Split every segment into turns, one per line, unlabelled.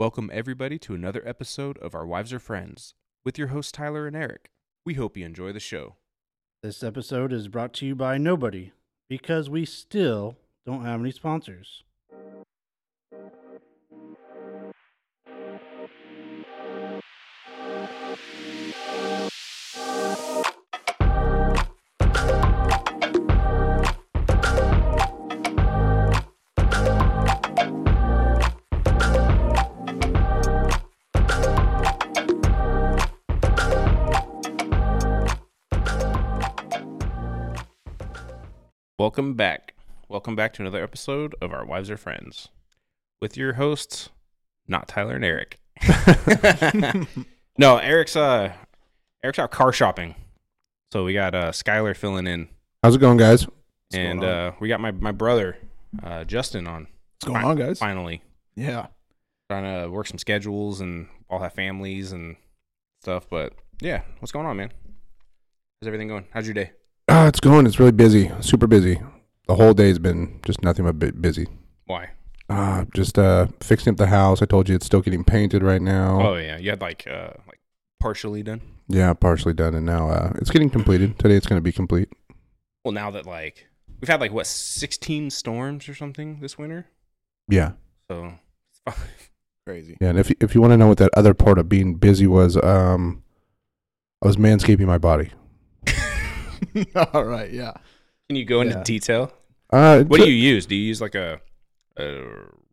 Welcome, everybody, to another episode of Our Wives Are Friends with your hosts, Tyler and Eric. We hope you enjoy the show.
This episode is brought to you by nobody because we still don't have any sponsors.
Welcome back. Welcome back to another episode of Our Wives Are Friends with your hosts, not Tyler and Eric. no, Eric's uh, Eric's out car shopping, so we got uh, Skylar filling in,
How's it going, guys? What's
and
going on?
uh, we got my my brother, uh, Justin on
what's going on, guys?
finally.
Yeah,
Trying to work some schedules and all have families and stuff, but yeah, what's going on, man? How's everything going? How's your day?
uh, it's going. It's really busy, super busy. The whole day's been just nothing but bu- busy.
Why?
Uh, just uh, fixing up the house. I told you it's still getting painted right now.
Oh yeah, you had like uh like partially done.
Yeah, partially done, and now uh, it's getting completed. Today it's going to be complete.
Well, now that like we've had like what sixteen storms or something this winter,
Yeah,
so it's fine.
Crazy.
yeah. And if you- if you want to know what that other part of being busy was, um, I was manscaping my body.
All right. Yeah.
Can you go into
Yeah.
detail?
Uh,
What do you use? Do you use like a a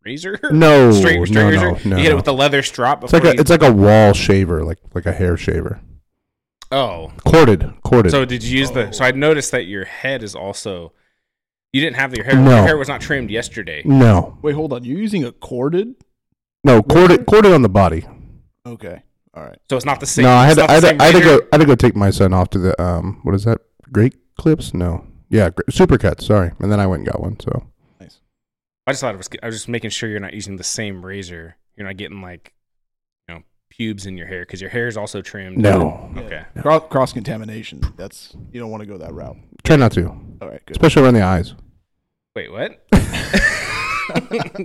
razor?
No,
straight, straight
no,
razor.
no, no,
you hit it
no.
with the leather strap.
It's like
before
a
you-
it's like a wall shaver, like like a hair shaver,
oh,
corded, corded.
so did you use the? So I
Oh.
noticed that your head is also. You didn't have your hair. Your
No.
hair was not trimmed yesterday.
no,
Wait, hold on. You're using a corded?
no, corded, corded on the body.
Okay. All right.
So it's not the same.
no, I
it's
had to,
not
I had,
the
to,
same
I had to
razor?
go. I had to go take my son off to the um. What is that? Great clips? No. Yeah, gr- supercuts. Sorry. And then I went and got one. So
I just thought it was. I was just making sure you're not using the same razor. You're not getting like, you know, pubes in your hair because your hair is also trimmed.
no,
Okay.
Cross, cross contamination. That's you don't want to go that route.
try not to,
All right. Good.
especially around the eyes.
Wait, what?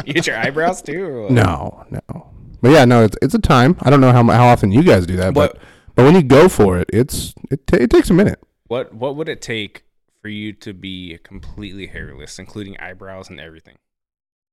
you get your eyebrows too? Or what?
No, no. But yeah, no. It's it's a time. I don't know how mu- how often you guys do that, but
What-
but, when you go for it, it's it ta it takes a minute.
What What would it take for you to be completely hairless, including eyebrows and everything?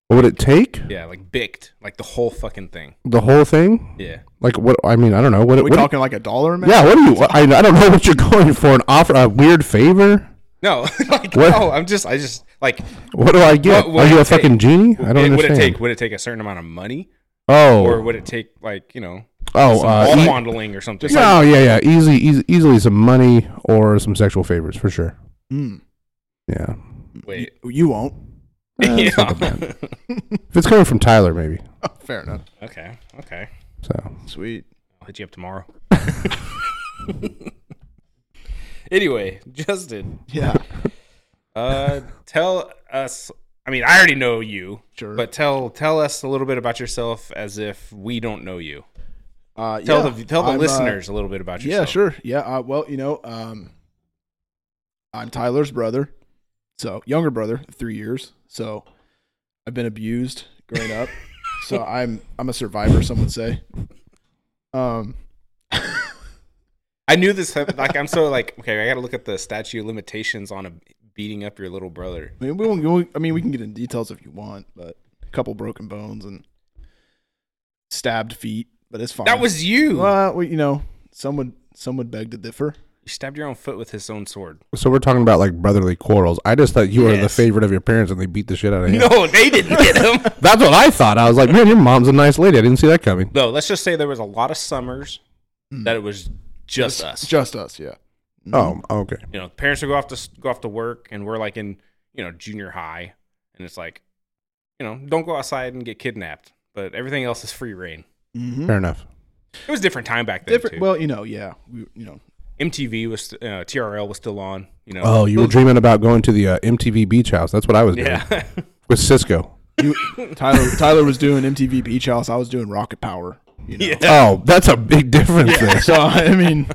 What would it take?
Yeah, like bicked, like the whole fucking thing.
The whole thing?
Yeah.
Like what? I mean, I don't know. What?
Are we
what
talking like a dollar amount?
yeah. What do you? I I don't know what you're going for. An offer? A weird favor?
No, like
What-
no. I'm just, I just like.
What do I get?
What would
Are you
it
a fucking
take?
genie? I don't
it-
understand.
Would it take? Would it take a certain amount of money,
Oh,
or would it take like you know,
oh,
some
uh,
ball
e-
fondling or something?
no, yeah, yeah, easy, easy, easily some money or some sexual favors for sure.
Mm.
Yeah,
Wait.
You, you won't.
Eh, it's not that bad. if it's coming from Tyler, maybe.
Fair enough.
Okay. Okay.
So
Sweet.
I'll hit you up tomorrow. anyway, Justin,
Yeah.
uh, tell us. I mean, I already know you,
Sure.
but tell tell us a little bit about yourself as if we don't know you.
uh,
Tell
yeah,
the tell the
I'm, uh,
listeners a little bit about yourself.
Yeah. Sure. Yeah. Uh, well, you know, um, I'm Tyler's brother, so younger brother, three years. So I've been abused growing up. so I'm I'm a survivor. Some would say. Um.
I knew this. hap- Like, I'm so like okay. I got to look at the statute of limitations on a beating up your little brother.
I mean, we won't go. I mean, we can get into details if you want, but a couple broken bones and stabbed feet, but it's fine.
That was you.
well, we- you know, some would some would beg to differ.
you stabbed your own foot with his own sword.
so we're talking about like brotherly quarrels. I just thought you were the
Yes.
favorite of your parents and they beat the shit out of you.
No, they didn't hit him.
That's what I thought. I was like, man, your mom's a nice lady. I didn't see that coming.
Though, let's just say there was a lot of summers that it was just us.
It's Hmm. just us, yeah.
Oh, okay.
you know, parents will go off to go off to work, and we're like in you know junior high, and it's like, you know, don't go outside and get kidnapped. But everything else is free reign.
Mm-hmm.
Fair enough.
It was a different time back then.
Different.
too.
Well, you know, yeah. We, you know,
MTV was uh, TRL was still on. You know.
Oh, you were dreaming about going to the uh, MTV beach house. That's what I was doing
yeah.
with Cisco.
you, Tyler Tyler was doing MTV Beach House. I was doing Rocket Power. You know,
yeah.
Oh, that's a big difference. there.
so I mean,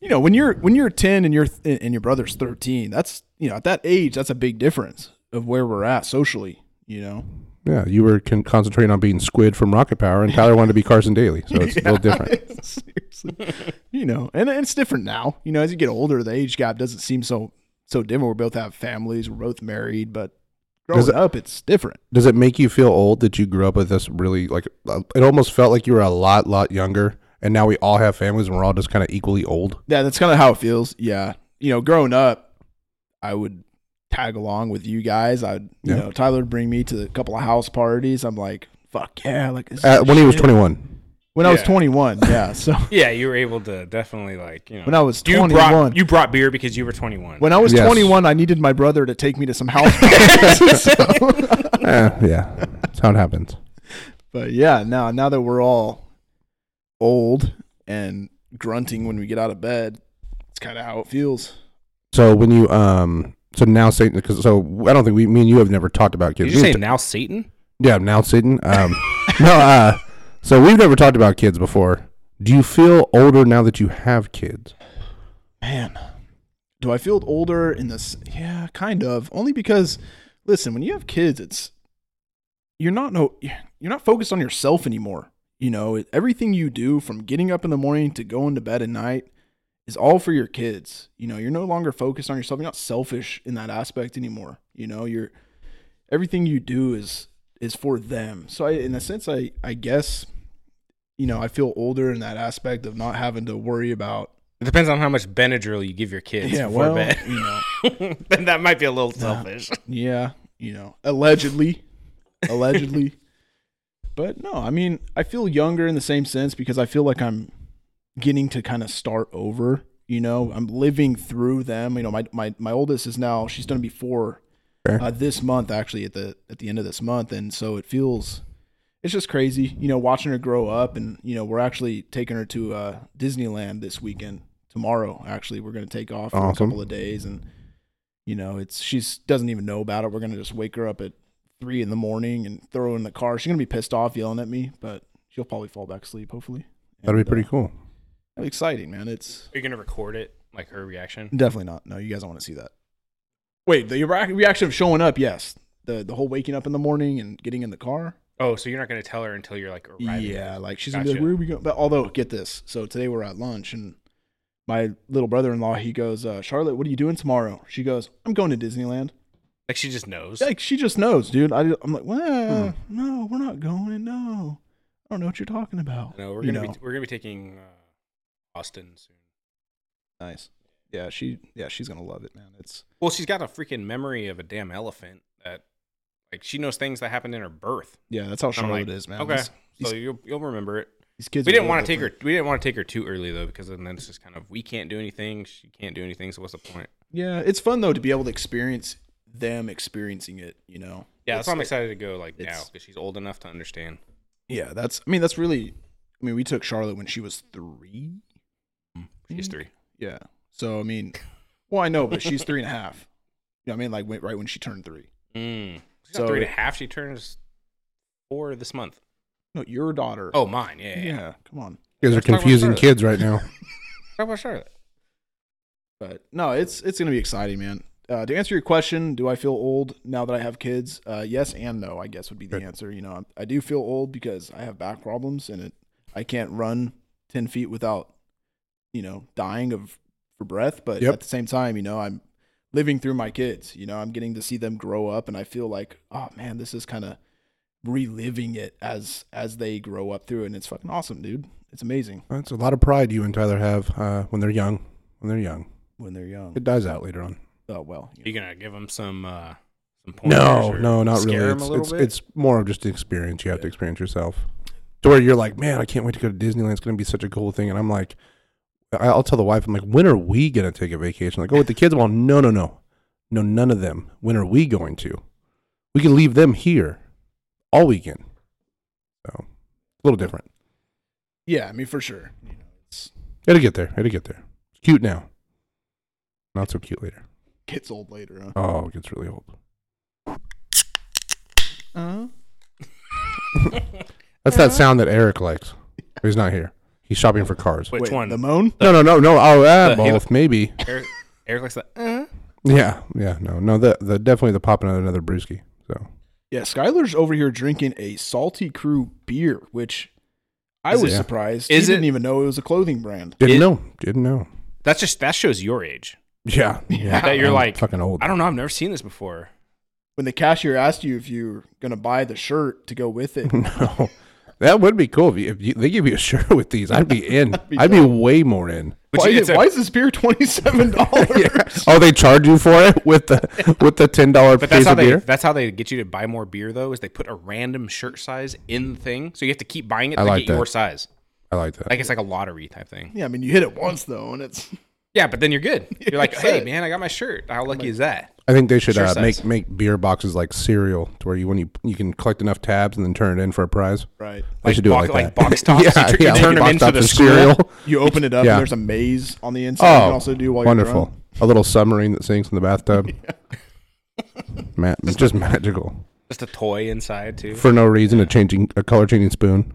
you know, when you're when you're ten and you're th- and your brother's thirteen, that's you know at that age that's a big difference of where we're at socially. You know,
Yeah, you were con- concentrating on being Squid from Rocket Power, and Tyler wanted to be Carson Daly, so it's a little different.
Seriously. you know, and it's different now. You know, as you get older, the age gap doesn't seem so so different. We both have families, we're both married, but growing
Does it-
up, it's different.
Does it make you feel old that you grew up with this really like? uh, It almost felt like you were a lot, lot younger, and now we all have families and we're all just kind of equally old.
Yeah, that's kind of how it feels. Yeah, you know, growing up, I would tag along with you guys. I'd, you
Yeah.
know, Tyler would bring me to a couple of house parties. I'm like, fuck yeah, like this is
Uh, when he was
shit.
twenty one,
when I was
Yeah.
21. Yeah, so
Yeah, you were able to definitely like you know
when I was
you
21,
brought you brought beer because you were 21.
when I was
Yes.
21, I needed my brother to take me to some house parties. so.
Eh, yeah, that's how it happens.
But yeah, now now that we're all old and grunting when we get out of bed, it's kind of how it feels.
So when you um, so now Satan, because so I don't think we, me and you have never talked about
Did
kids.
you
We've
say
t-
now Satan?
yeah, now Satan. Um, no, uh, so we've never talked about kids before. Do you feel older now that you have kids?
Man, do I feel older in this? Yeah, kind of. Only because, listen, when you have kids, it's you're not no you're not focused on yourself anymore. You know, everything you do from getting up in the morning to going to bed at night is all for your kids. You know, you're no longer focused on yourself. You're not selfish in that aspect anymore. You know, you're everything you do is is for them. So I, in a sense, I I guess, you know, I feel older in that aspect of not having to worry about
It depends on how much Benadryl you give your kids
yeah,
before
well,
bed.
you know,
then that might be a little selfish.
yeah, you know, allegedly, allegedly. But no, I mean, I feel younger in the same sense because I feel like I'm getting to kind of start over. You know, I'm living through them. You know, my my my oldest is now she's going to be four
Sure.
uh, this month actually at the at the end of this month, and so it feels it's just crazy. You know, watching her grow up, and you know, we're actually taking her to uh, Disneyland this weekend tomorrow. Actually, we're going to take off for a
Awesome.
couple of days, and you know, it's she's doesn't even know about it. We're going to just wake her up at three in the morning and throw her in the car. She's gonna be pissed off yelling at me, but she'll probably fall back asleep. Hopefully,
That'd
And,
be pretty
uh,
cool.
that'd be exciting, man. It's
Are you gonna record it like her reaction?
definitely not. No, you guys don't want to see that. Wait, the reac- reaction of showing up, yes. The the whole waking up in the morning and getting in the car.
Oh, so you're not gonna tell her until you're like arriving.
Yeah, like she's gonna be
Gotcha.
like, where are we going? But although, get this. So today we're at lunch and my little brother in law, he goes, uh, Charlotte, what are you doing tomorrow? She goes, I'm going to Disneyland.
Like she just knows.
Like she just Hmm. knows, dude. I, I'm like, well, no, we're not going. No, I don't know what you're talking about.
No, we're
You
gonna
know.
be we're gonna be taking uh, Austin soon.
Nice. Yeah, she yeah, she's gonna love it, man. It's
Well, she's got a freaking memory of a damn elephant that like she knows things that happened in her birth.
yeah, that's how
I'm
Charlotte
like,
is, man.
Okay,
These,
so you'll you'll remember it.
these kids
we
are
didn't
really
want to take her.
different.
We didn't want to take her too early though, because then it's just kind of we can't do anything. She can't do anything. So what's the point?
Yeah, it's fun though to be able to experience them experiencing it, you know.
Yeah,
It's-
that's why I'm excited to go like now
it's-
because she's old enough to understand.
Yeah, that's I mean, that's really I mean, we took Charlotte when she was three.
She's
Mm.
three.
Yeah. So I mean well, I know, but she's three and a half. You know what I mean? Like when- right when she turned three.
Mm. She's
So-
not three and a half. She turns four this month.
No, your daughter.
Oh, mine. Yeah, yeah. yeah.
yeah, come on.
You guys are
Let's talk about
confusing
Charlotte.
kids right now.
Talk about Charlotte.
but no, it's it's gonna be exciting, man. Uh, to answer your question, do I feel old now that I have kids? Uh, yes and no, I guess would be the
Right.
answer. You know, I, I do feel old because I have back problems and it I can't run ten feet without you know dying of for breath. But
Yep.
at the same time, you know, I'm living through my kids. You know, I'm getting to see them grow up, and I feel like, oh man, this is kind of reliving it as as they grow up through, it. and it's fucking awesome, dude. It's amazing
That's a lot of pride you and Tyler have uh, when they're young. When they're young,
when they're young.
it dies out later on.
Oh well, you
You gonna give them some uh, some pointers?
No,
or
no, not
scare 'em
really.
a
It's,
little
it's,
bit?
it's more of just an experience. You have to experience yourself to where you're like, man, I can't wait to go to Disneyland. It's going to be such a cool thing. And I'm like, I- I'll tell the wife, I'm like, when are we going to take a vacation? Like, oh, with the kids? Well, no, no, no, no, none of them. When are we going to? We can leave them here all weekend. So, a little different.
yeah, I mean for sure. You know, it's
It'll get there. It'll get there. It's cute now. Not so cute later.
gets old later, huh?
Oh, it gets really old.
Uh,
That's that sound that Eric likes. He's not here. He's shopping for cars.
Which one?
The moan?
No, no, no, no. Oh, uh,
The-
both maybe.
Eric, Eric likes that. Uh,
Yeah, yeah, no, no. The the definitely the popping of another brewski. So
Yeah, Skylar's over here drinking a Salty Crew beer, which I
Is
was
it-
surprised.
Is
he
it-
didn't even know it was a clothing brand.
Didn't
It-
know. Didn't know.
That's just that shows your age.
Yeah.
Yeah.
That you're
I'm
like,
fucking old.
I don't know. I've never seen this before.
When the cashier asked you if you were going to buy the shirt to go with it,
No. That would be cool if, you, if you, they give you a shirt with these. I'd be in.
be
I'd be way more in.
But
why,
you-
is,
it's a-
why is this beer twenty seven dollars?
Oh, they charge you for it with the with the ten dollar
But that's
piece
how
of
they
beer.
that's how they get you to buy more beer though is they put a random shirt size in the thing, so you have to keep buying it
I
to
like
get your
that.
size.
I like that.
Like it's like a lottery type thing.
Yeah, I mean you hit it once though, and it's
Yeah, but then you're good. You're like,
That's
hey
it.
man, I got my shirt. How lucky is that?
I think they should
Sure
uh,
size.
make make beer boxes like cereal, to where you when you you can collect enough tabs and then turn it in for a prize.
right.
They
Like
should do
box-
it
like
like that.
box tops, you turn- you turn 'em
box
into
tops
the
and
school.
You open it up,
Yeah.
and there's a maze on the inside. you
Oh,
can also do while You're
wonderful!
drunk.
A little submarine that sinks in the bathtub. Ma- it's just magical
Just a toy inside too.
for no reason. A changing a color changing spoon.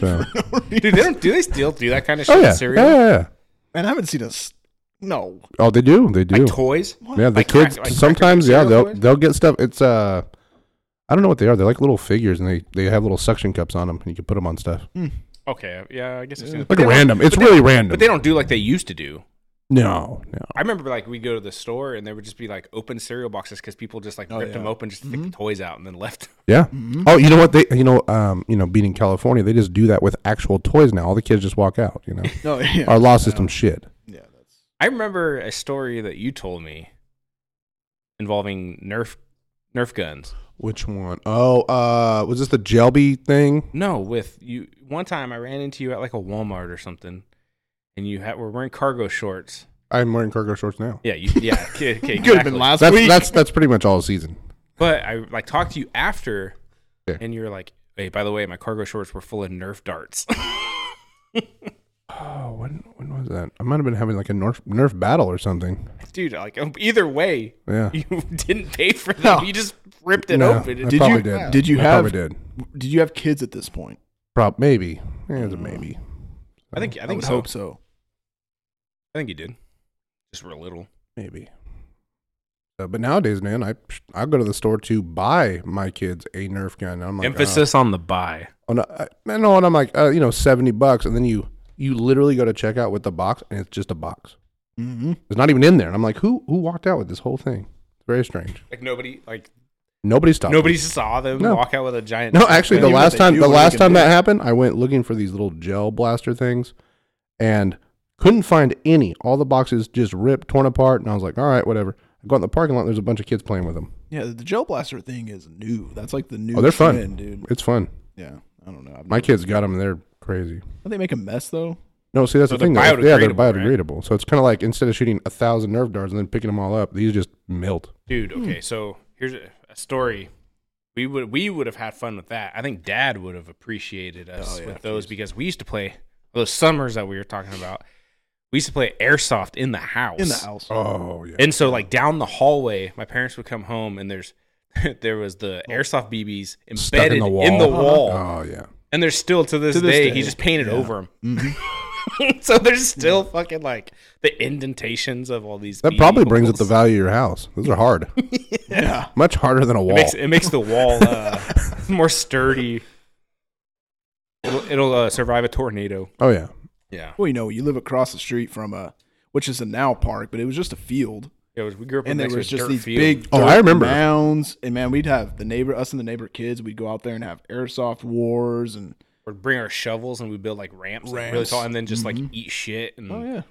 So.
Dude, they don't do they still do that kind of shit
oh
in
yeah.
cereal?
yeah, yeah, yeah.
Man, I haven't seen a s- no.
Oh, they do. They do.
Like toys?
yeah, the
Like crack-
kids
like cracker
sometimes.
cereal
Yeah, they'll
toys?
they'll get stuff. It's uh, I don't know what they are. They're like little figures, and they they have little suction cups on them, and you can put them on stuff.
Okay, yeah, I guess it's
Like random. It's really random.
But they don't do like they used to do.
No, no.
I remember like we'd go to the store and there would just be like open cereal boxes because people just like
Oh,
ripped
yeah.
them open, just to
Mm-hmm.
take the toys out and then left.
Yeah. Oh, you know what they? You know, um, you know, being in California, they just do that with actual toys now. All the kids just walk out. You know,
No, yeah,
our law system shit.
yeah, that's
I remember a story that you told me involving Nerf Nerf guns.
Which one? Oh, uh, was this the Jelby thing?
No, with you one time I ran into you at like a Walmart or something, and you had, were wearing cargo shorts.
I'm wearing cargo shorts now.
Yeah, you, yeah, okay, okay,
could have
exactly.
been last
That's
week.
that's that's pretty much all season.
But I like talked to you after,
Yeah.
and you're like, "Hey, by the way, my cargo shorts were full of Nerf darts."
Oh, when when was that? I might have been having like a Nerf Nerf battle or something.
Dude, like oh, either way,
Yeah.
you didn't pay for them.
No.
You just ripped it
No,
open.
I
It-
Did
probably
you-
did.
did you
I
have-
Probably did.
Did you have kids at this point?
Prob maybe. Yeah, it's a
Hmm.
maybe.
I think I
I,
think
would
so.
hope so.
I think you did. Just were little.
Maybe. Uh, but nowadays, man, I I go to the store to buy my kids a Nerf gun. I'm like, uh,
Emphasis on the buy.
on a, I know, and I'm like, uh, you know, seventy bucks, and then you you literally go to check out with the box, and it's just a box.
Mm-hmm.
It's not even in there. And I'm like, who who walked out with this whole thing? It's very strange.
Like nobody, like
Nobody stopped.
nobody saw them
No.
walk out with a giant.
No, actually, the
They do what
last
they
time
do,
the
what they
last
can
time
do.
that happened, I went looking for these little gel blaster things, and couldn't find any. All the boxes just ripped, torn apart, and I was like, all right, whatever. I go out in the parking lot. There's a bunch of kids playing with them.
Yeah, the gel blaster thing is new. That's like the new.
Oh, they're fun.
trend, dude.
It's fun.
Yeah, I don't know. I've
My
never-
kids got them. And they're crazy.
Don't they make a mess though?
No, see that's
So
the thing. Though.
they're
Yeah, they're
biodegradable, right?
biodegradable. So it's kind of like instead of shooting a thousand nerve darts and then picking them all up, these just melt.
dude. Okay, so here's a, a story. We would we would have had fun with that. I think Dad would have appreciated us
yeah,
with those because we used to play those summers that we were talking about. We used to play airsoft in the house.
In the house.
Oh yeah.
And so like down the hallway, my parents would come home and there's there was the airsoft BBs
Stuck
embedded in the wall.
Oh yeah.
And they're still to this,
To this
day,
day,
he just painted
yeah.
over them. so there's still fucking like the indentations of all these
That
BB
probably brings up
holes.
the value of your house. Those are hard.
Yeah.
Much harder than a
It
wall.
makes, it makes the wall uh, more sturdy. It'll, it'll uh, survive a tornado.
Oh yeah.
Yeah.
Well, you know, you live across the street from a, which is a now park, but it was just a field,
It was, we grew up
and
in
there
next to a
was just
dirt
these
field.
big.
Oh,
dirt
I remember.
mounds, and man, we'd have the neighbor, us and the neighbor kids. We'd go out there and have airsoft wars, and
We'd bring our shovels and we build like ramps, Like, really
Ramps.
tall, and then just
Mhm.
like eat shit and,
yeah,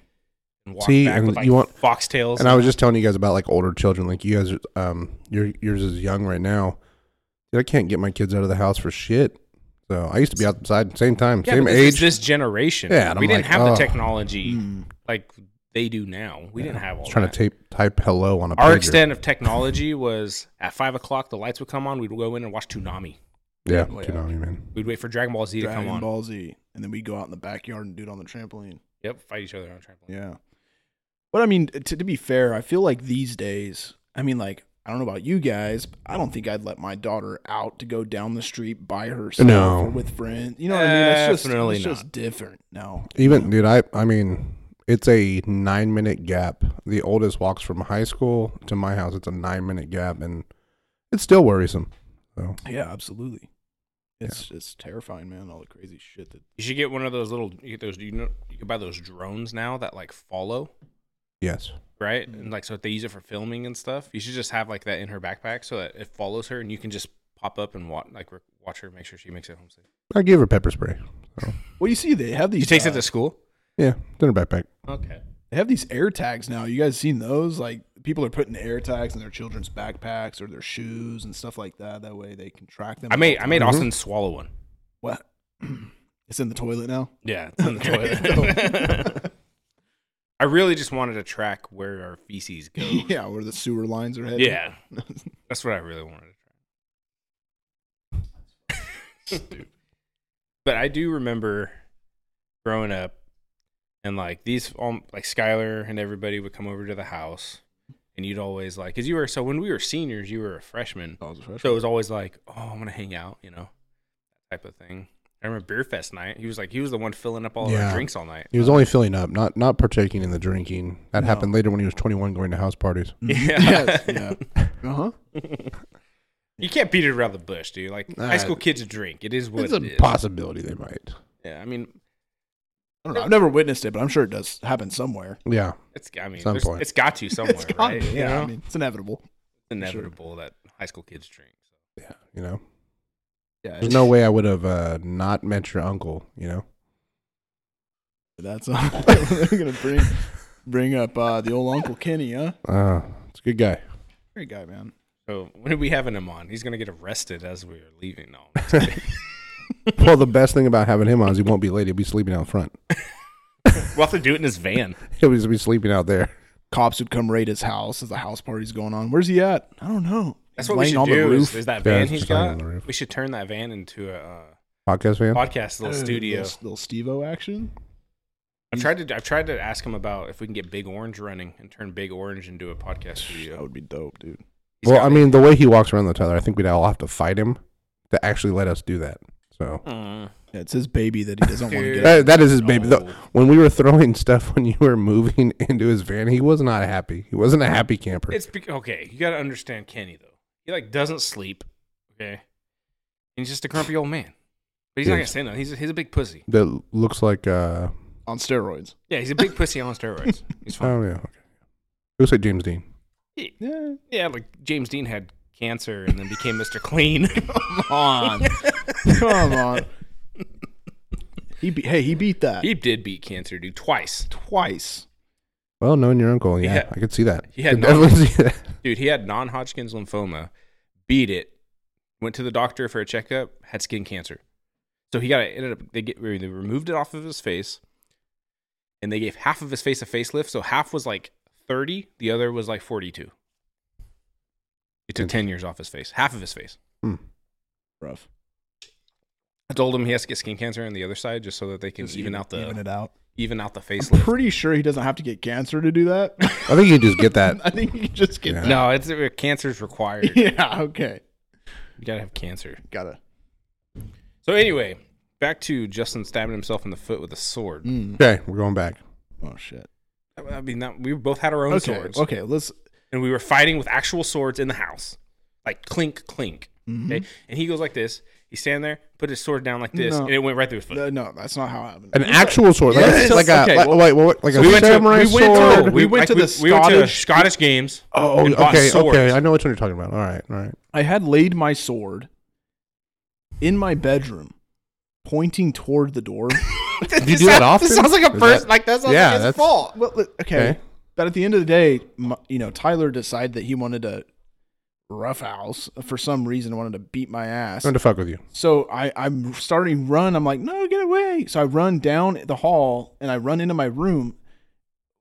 and walk
See,
back
and
with like
you want-
foxtails.
And I was just telling you guys about like older children. Like you guys, um, your yours is young right now. Dude, I can't get my kids out of the house for shit. So I used to be outside same time,
Yeah,
same
but this is
age.
this generation.
Yeah, and
we
I'm
didn't
like,
have the
oh.
technology
Mm.
like they do now. We didn't have all
trying
that.
to tape type hello on a
Our
pager.
extent of technology was at five o'clock. The lights would come on. We'd go in and watch Toonami.
Yeah,
Oh, yeah.
you know what I mean.
We'd wait for Dragon Ball Z to come
Dragon
on.
Ball Z, and then we'd go out in the backyard and do it on the trampoline.
Yep, fight each other on trampoline.
Yeah. But I mean, to, to be fair, I feel like these days, I mean, like, I don't know about you guys, but I don't think I'd let my daughter out to go down the street by herself
No.
or with friends. You know what I mean? That's just,
Definitely
it's
not.
just different. No.
Even dude, I I mean, it's a nine minute gap. The oldest walks from high school to my house. It's a nine minute gap, and it's still worrisome. So
Yeah, absolutely. It's it's terrifying, man. All the crazy shit that
You should get one of those little. You get those. You know, you can buy those drones now that like follow,
yes,
right? And like, so if they use it for filming and stuff, you should just have like that in her backpack so that it follows her, and you can just pop up and watch, like, re- watch her, make sure she makes it home safe.
I gave her pepper spray. So
Well, you see, they have these.
She takes it
uh,
to school.
yeah, it's in her backpack.
Okay.
They have these air tags now. You guys seen those? Like people are putting air tags in their children's backpacks or their shoes and stuff like that. That way they can track them.
I made I made
Mhm.
Austin swallow one.
what? it's in the toilet now.
Yeah, it's in the toilet. I really just wanted to track where our feces go.
yeah, where the sewer lines are headed.
Yeah, that's what I really wanted to track. but I do remember growing up, and like these, um, like Skylar and everybody would come over to the house, and you'd always like, cause you were so when we were seniors, you were a freshman,
Oh,
I was a freshman.
so it was always like, oh, I'm gonna hang out, you know, type of thing. I remember beer fest night. He was like, he was the one filling up all of
Yeah.
our drinks all night.
He was only filling up, not not partaking in the drinking. That
No.
happened later when he was 21, going to house parties.
Yeah.
Yes, yeah. Uh huh.
You can't beat it around the bush, dude. Like
Nah.
high school kids drink. It is what
it's
it's
a possibility they might.
Yeah, I mean,
I don't know. I've never witnessed it, but I'm sure it does happen somewhere.
Yeah,
it's I mean,
Some
there's-
point.
it's got to somewhere,
It's got
right?
to,
You
Yeah,
know?
I mean, it's inevitable.
it's inevitable that high school kids drink.
yeah, you know,
Yeah,
there's no way I would have uh, not met your uncle. You know,
That's all. They're gonna bring bring up uh, the old Uncle Kenny, huh?
uh, it's a good guy.
Great guy, man.
So when did we have him on? He's gonna get arrested as we are leaving. No,
Well, the best thing about having him on is he won't be late. He'll be sleeping out front.
we'll have to do it in his van.
He'll just be sleeping out there.
Cops would come raid his house as the house party's going on. Where's he at? I don't know.
That's
He's
what we
laying
should do. Is, is that
Yeah,
van
it's
he's
just lying on
got?
the roof.
We should turn that van into a uh,
Podcast fan.
podcast little
Oh,
studio.
little, little Steve-O action.
I've tried to I've tried to ask him about if we can get Big Orange running and turn Big Orange into a podcast
That
studio.
would be dope, dude.
He's
Well,
got
I
it.
mean, the way he walks around the Tyler, I think we'd all have to fight him to actually let us do that. So
Mm.
Yeah, it's his baby that he doesn't want to
Dude.
get.
that, that is his baby. The-
No.
when we were throwing stuff when you were moving into his van, he was not happy. He wasn't a happy camper.
It's be- okay. You got to understand Kenny though. He like doesn't sleep. Okay, and he's just a grumpy old man. But he's not gonna
Yes.
say nothing. He's a, he's a big pussy.
that looks like uh
on steroids.
Yeah, he's a big pussy on steroids. He's fine.
oh yeah, okay. it looks like James Dean.
Yeah,
yeah, like James Dean had cancer and then became Mr. Clean.
come on, come on. He be- hey, he beat that
he did beat cancer, dude, twice.
twice.
Well, knowing your uncle, yeah,
Yeah.
I could see that.
He had
Could definitely see that.
Dude, he had non-Hodgkin's lymphoma, beat it, went to the doctor for a checkup, had skin cancer. So he got it. Ended up they get they removed it off of his face, and they gave half of his face a facelift. So half was like thirty, the other was like forty-two. It took ten years off his face, half of his face.
Hmm.
Rough.
I told him he has to get skin cancer on the other side just so that they can
Just
even out the
even
even,
it out.
out the
I'm
facelift.
pretty sure he doesn't have to get cancer to do that.
I think you just get that.
I think you can just get
Yeah.
that.
no, it's uh, cancer's required.
Yeah. Okay.
You gotta have cancer.
Gotta.
So anyway, back to Justin stabbing himself in the foot with a sword.
Mm.
Okay, we're going back.
Oh shit.
I mean, that, we both had our own
Okay.
swords,
Okay. Let's.
and we were fighting with actual swords in the house, like clink, clink.
mhm.
Okay, and he goes like this. He's standing there, put his sword down like this,
No.
and it went right through his foot.
No, uh, no, that's not how it happened.
An actual sword, like
Yes!
a, like a
Okay,
like,
well-
wait, what- like a
So we went to
samurai
we
sword.
went to
sword. We went to the Scottish-
Scottish games.
oh,
and bought
okay,
swords.
okay. I know which one you're talking about. All right, all right.
I had laid my sword in my bedroom, pointing toward the door.
Do you do that often?
This sounds like a
Is
person.
that-
Like that's
Yeah,
yeah, like his
that's-
fault.
Uh, well, look, okay.
Okay.
But at the end of the day, my, you know, Tyler decided that he wanted to roughhouse uh, for some reason. Wanted to beat my ass.
I'm going to fuck with you.
So I, I'm starting to run. I'm like, no, get away. So I run down the hall and I run into my room.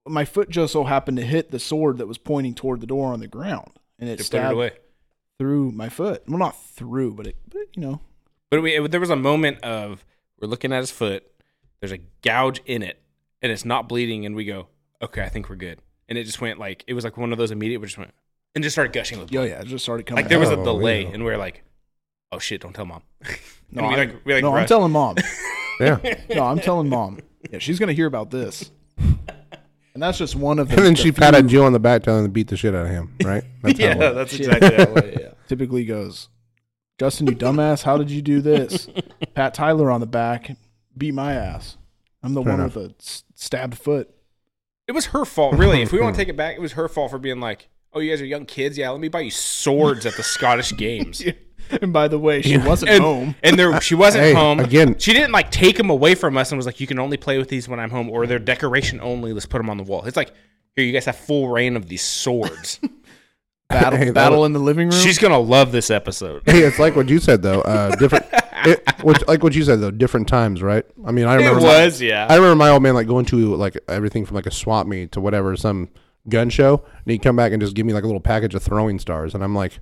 My foot just so happened to hit the sword that was pointing toward the door on the ground, and it
Just put it
stabbed
away.
through my foot. Well, not through, but it, but it, you know,
But we, it, there was a moment of we're looking at his foot. There's a gouge in it, and it's not bleeding. And we go, okay, I think we're good. And it just went like it was like one of those immediate. We just went and just started gushing with blood.
yeah, yeah, it just started coming.
like there was a
Oh,
delay,
yeah.
and we are like, oh shit, don't tell mom.
No,
and we
I-
like we like
no, I'm
rushed.
telling mom.
Yeah,
No, I'm telling mom. Yeah, she's gonna hear about this. And that's just one of the.
and then she
the few
patted you on the back, telling him to beat the Oh, shit Oh, out of him. Right? That's how it
yeah,
went.
that's
shit.
exactly how it was.
Typically goes, Justin, you dumbass, how did you do this? Pat Tyler on the back beat my ass. I'm the
Fair
one
enough.
with a s- stabbed foot.
It was her fault, really. If we want to take it back, it was her fault for being like, "Oh, you guys are young kids. Yeah, let me buy you swords at the Scottish Games."
And by the way, she wasn't
And,
home.
and there she wasn't
Hey,
home
again-
She didn't like take them away from us and was like, "You can only play with these when I'm home, or they're decoration only. Let's put them on the wall." It's like, here, you guys have full reign of these swords.
Battle,
Hey, that
battle
was-
in the living room.
She's gonna love this episode.
Hey, it's like what you said though. Uh, different, it, which, like what you said though. Different times, right? I mean, I
It
remember. my-
was, yeah.
I remember my old man like going to like everything from like a swap meet to whatever some gun show, and he'd come back and just give me like a little package of throwing stars, and I'm like,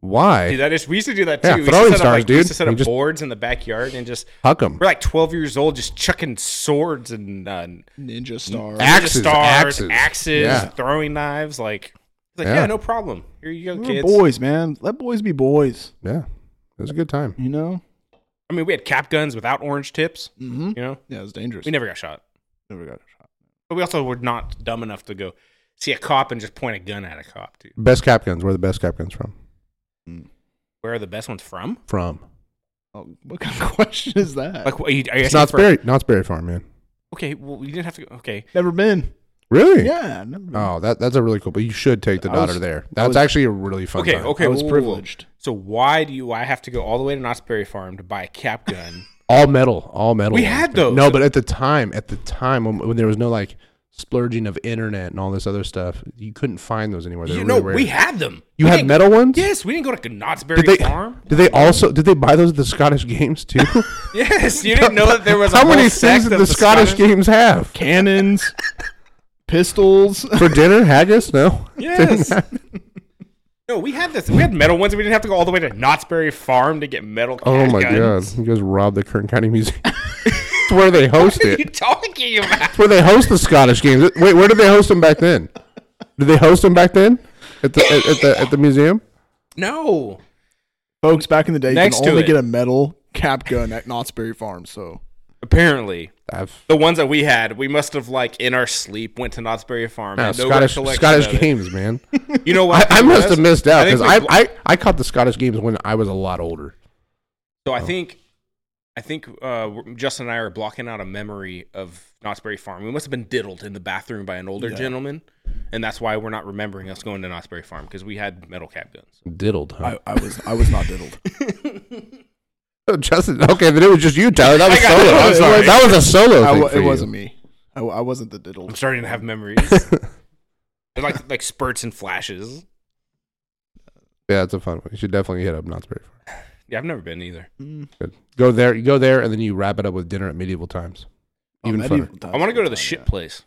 why?
Dude, that is, we used to do that too.
Yeah,
we used to
throwing
set up,
stars,
like, we used to
dude.
set up
You just-
boards in the backyard and just
Huck 'em.
we're like 12 years old, just chucking swords and uh,
Ninja star.
Axes,
stars,
axes.
axes,
Yeah.
throwing knives. Like, it's like yeah.
Yeah.
no problem. Here you go,
We're
kids.
boys, man. Let boys be boys.
Yeah, it was a good time.
You know.
I mean, we had cap guns without orange tips.
Mm-hmm.
You know,
Yeah, it's dangerous.
we never got shot,
Never got shot.
but we also were not dumb enough to go see a cop and just point a gun at a cop. Dude,
Best cap guns. Where are the best cap guns from?
where are the best ones from?
From
Oh, what kind of question is that?
Like, what- are you, are you
Uh, it's
asking
Knott's
for-
Berry, Knott's Berry Farm, man.
Okay, well, you didn't have to. Go, okay,
never been.
Really?
Yeah, never been.
Oh, that that's a really cool. But you should take the
I
daughter
was-
there.
I
That's
was-
actually a really fun.
okay,
time.
okay.
I was
whoa, whoa, whoa.
privileged.
So why do you, I have to go all the way to Knott's Berry Farm to buy a cap gun?
All metal, all metal.
We
ones.
had those.
No, but at the time, at the time when, when there was no like splurging of internet and all this other stuff, you couldn't find those anywhere. They
you
were
know,
really rare.
we had them.
you
We
had
didn't-
metal ones.
Yes, we didn't go to Knott's Berry
Did they?
Farm.
Did they also? Did they buy those at the Scottish Games too?
Yes, you didn't know that there was a
How
whole
many
sect
things did
of
the, Scottish, Games have
Cannons, pistols.
for dinner? Haggis? No.
Yes. No, we had this. We had metal ones. We didn't have to go all the way to Knott's Berry Farm to get metal.
Oh my
handguns.
god! You guys robbed the Kern County Museum. it's where they host
What are
it.
you talking about?
That's where they host the Scottish games. Wait, where did they host them back then? Did they host them back then at the at, at the at the museum?
No.
Folks, back in the day,
Next to
you can only
it.
get a metal cap gun at Knott's Berry Farm. So
Apparently,
I've
the ones that we had, we must have like in our sleep went to Knott's Berry Farm.
no,
had no
uh, Scottish
recollection
Scottish
of it.
games, man.
You know
I,
what?
I must have missed out
I think
because I,
we-
I I caught the Scottish games when I was a lot older.
So
Oh.
I think, I think uh, Justin and I are blocking out a memory of Knott's Berry Farm. We must have been diddled in the bathroom by an older
Yeah.
gentleman, and that's why we're not remembering us going to Knott's Berry Farm because we had metal cap guns.
Diddled, huh?
I, I was I was not diddled.
Oh, Justin, okay, then it was just you, Tyler. That was
I got-
solo.
I'm sorry.
That was a solo.
I
thing
wa-
for
it
you.
wasn't me. I, wa- I wasn't the diddled.
I'm starting to have memories. They're like like spurts and flashes.
Yeah, it's a fun one. You should definitely hit up Knott's Berry Farm.
Yeah, I've never been either.
Mm.
Good. Go there, you go there, and then you wrap it up with dinner at medieval times.
Oh,
Even
medieval
funner.
times
I want to go to
were
the
fun,
shit
yeah.
place,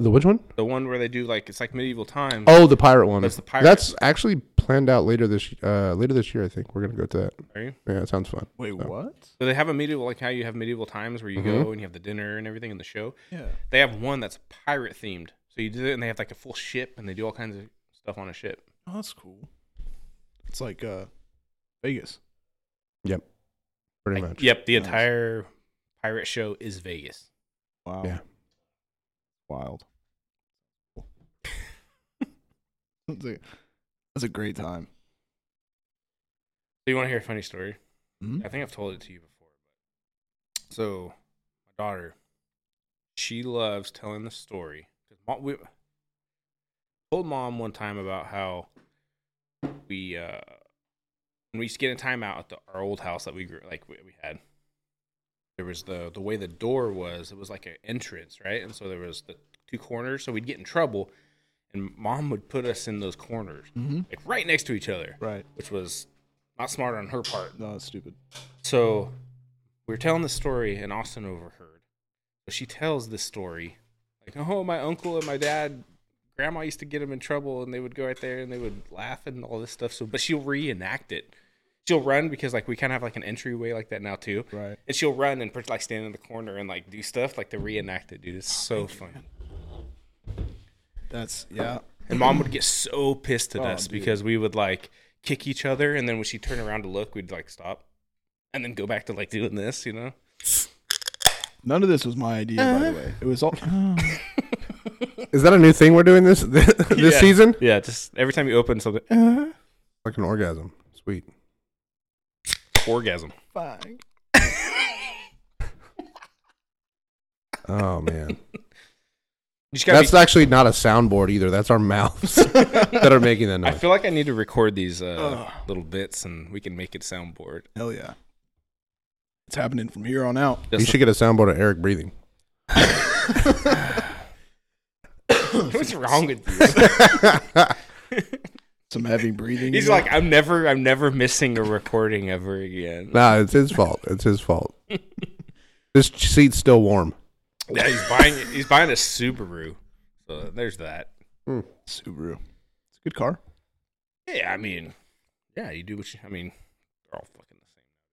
The which one?
the one where they do like it's like medieval times.
Oh, the pirate one.
Mm-hmm. That's the pirate.
That's actually planned out later this uh, later this year. I think we're gonna go to that.
Are you?
Yeah, it sounds fun.
Wait,
Oh.
what?
So they have a medieval like how you have medieval times where you
Mhm.
Mm-hmm.
go and you have the dinner and everything in the show.
Yeah.
They have one that's pirate themed. So you do it and they have like a full ship and they do all kinds of stuff on a ship.
Oh, that's cool. It's like uh, Vegas.
Pretty
Like,
much.
Yep, the
Nice.
entire pirate show is Vegas.
Wow.
Yeah.
Wild. that's, a, that's a great time.
So you want to hear a funny story?
Mhm.
I think I've told it to you before. But so my daughter, she loves telling the story. 'Cause mo- We told mom one time about how we uh, when we used to get in timeout at the, our old house that we grew like we, we had. There was the the way the door was. It was like an entrance, right? And so there was the two corners. So we'd get in trouble, and mom would put us in those corners,
Mhm.
like right next to each other
Right.
which was not smart on her part.
No, that's stupid.
So we were telling this story, and Austin overheard. So she tells this story, like, "Oh, my uncle and my dad, grandma used to get them in trouble, and they would go out there and they would laugh and all this stuff." So, but she'll reenact it. She'll run because like we kind of have like an entryway like that now too,
Right.
and she'll run and pers- like stand in the corner and like do stuff like the reenact it, dude. It's so fun.
That's yeah.
And mom would get so pissed at
Oh,
us
dude.
because we would like kick each other, and then when she turned around to look, we'd like stop, and then go back to like doing this, you know.
None of this was my idea, by the way. It was all.
Oh.
Is that a new thing we're doing this this
Yeah.
season?
Yeah, just every time you open something.
Like an orgasm. Sweet.
orgasm.
Fine.
Oh man,
You just gotta
that's
be-
actually not a soundboard either. That's our mouths that are making that
I
noise.
feel like I need to record these uh,
Ugh.
little bits and we can make it soundboard.
Hell yeah. It's happening from here on out.
you
Just
should get a soundboard of Eric breathing.
What's wrong with you?
Some heavy breathing.
He's like, I'm never, I'm never missing a recording ever again.
Nah, it's his fault. It's his fault. this seat's still warm.
Yeah, he's buying, he's buying a Subaru. So there's that.
Subaru. It's a good car.
Yeah, I mean, yeah, you do what you. I mean, they're all fucking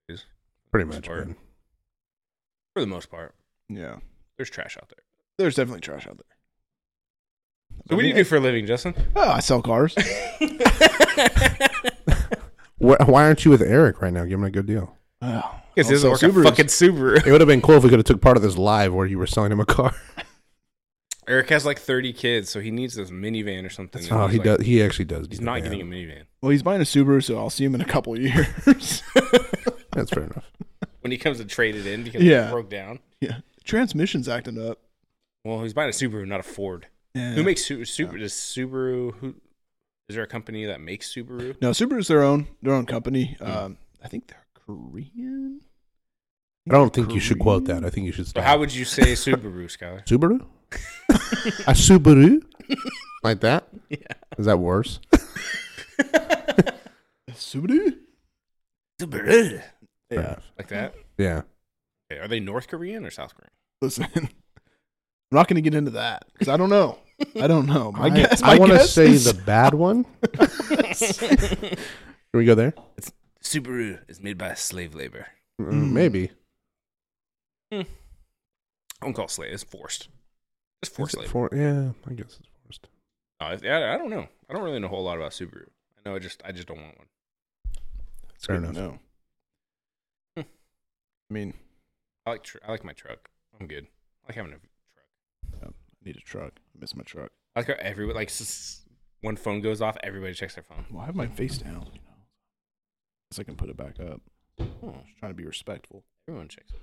the same
Pretty much.
Smart.
man.
for the most part.
Yeah.
There's trash out there.
There's definitely trash out there.
So what do you do for a living, Justin?
Oh, I sell cars.
Why, why aren't you with Eric right now? Give him a good deal.
oh,
Because he doesn't
I'll sell
work at
Subarus.
fucking Subaru.
It would have been cool if we could have took part of this live where you were selling him a car.
Eric has like 30 kids, so he needs this minivan or something.
oh,
And
he
he's like,
does. He actually does.
He's
need a
not
van.
getting a minivan.
Well, he's buying a Subaru, so I'll see him in a couple of years.
That's fair enough.
When he comes to trade it in because
Yeah.
it broke down.
yeah. Transmission's acting up.
Well, he's buying a Subaru, not a Ford.
Yeah.
Who makes Subaru? Subaru does Subaru? Who is there a company that makes Subaru?
No, Subaru's their own their own company.
Hmm.
Um, I think they're Korean.
I don't think you should quote that. I think you should
But
stop.
how would you say Subaru, Skylar?
Subaru? a Subaru? like that? Yeah. Is that worse?
Subaru.
Subaru.
Fair
Yeah.
enough.
Like that?
Yeah.
Okay, Are they North Korean or South Korean?
Listen, I'm not going to get into that because I don't know. I don't know. My
I,
guess.
I
my
want to
guess
say
is-
the bad one. Can we go there?
Subaru is made by slave labor.
Uh,
Mm.
Maybe. Hmm.
I don't call it slave. It's forced. It's forced
Is it
labor.
for- yeah, I guess it's forced.
No, Oh, I, I I don't know. I don't really know a whole lot about Subaru. I know I just I just don't want one.
It's
Fair
good to know.
Hmm.
I mean,
I like tr- I like my truck. I'm good. I like having a truck.
I need a truck. I miss my truck.
I like how everyone like s- s- one phone goes off, everybody checks their phone.
Well, I have my face down. You know, so I can put it back up.
Oh,
Just trying to be respectful.
everyone checks.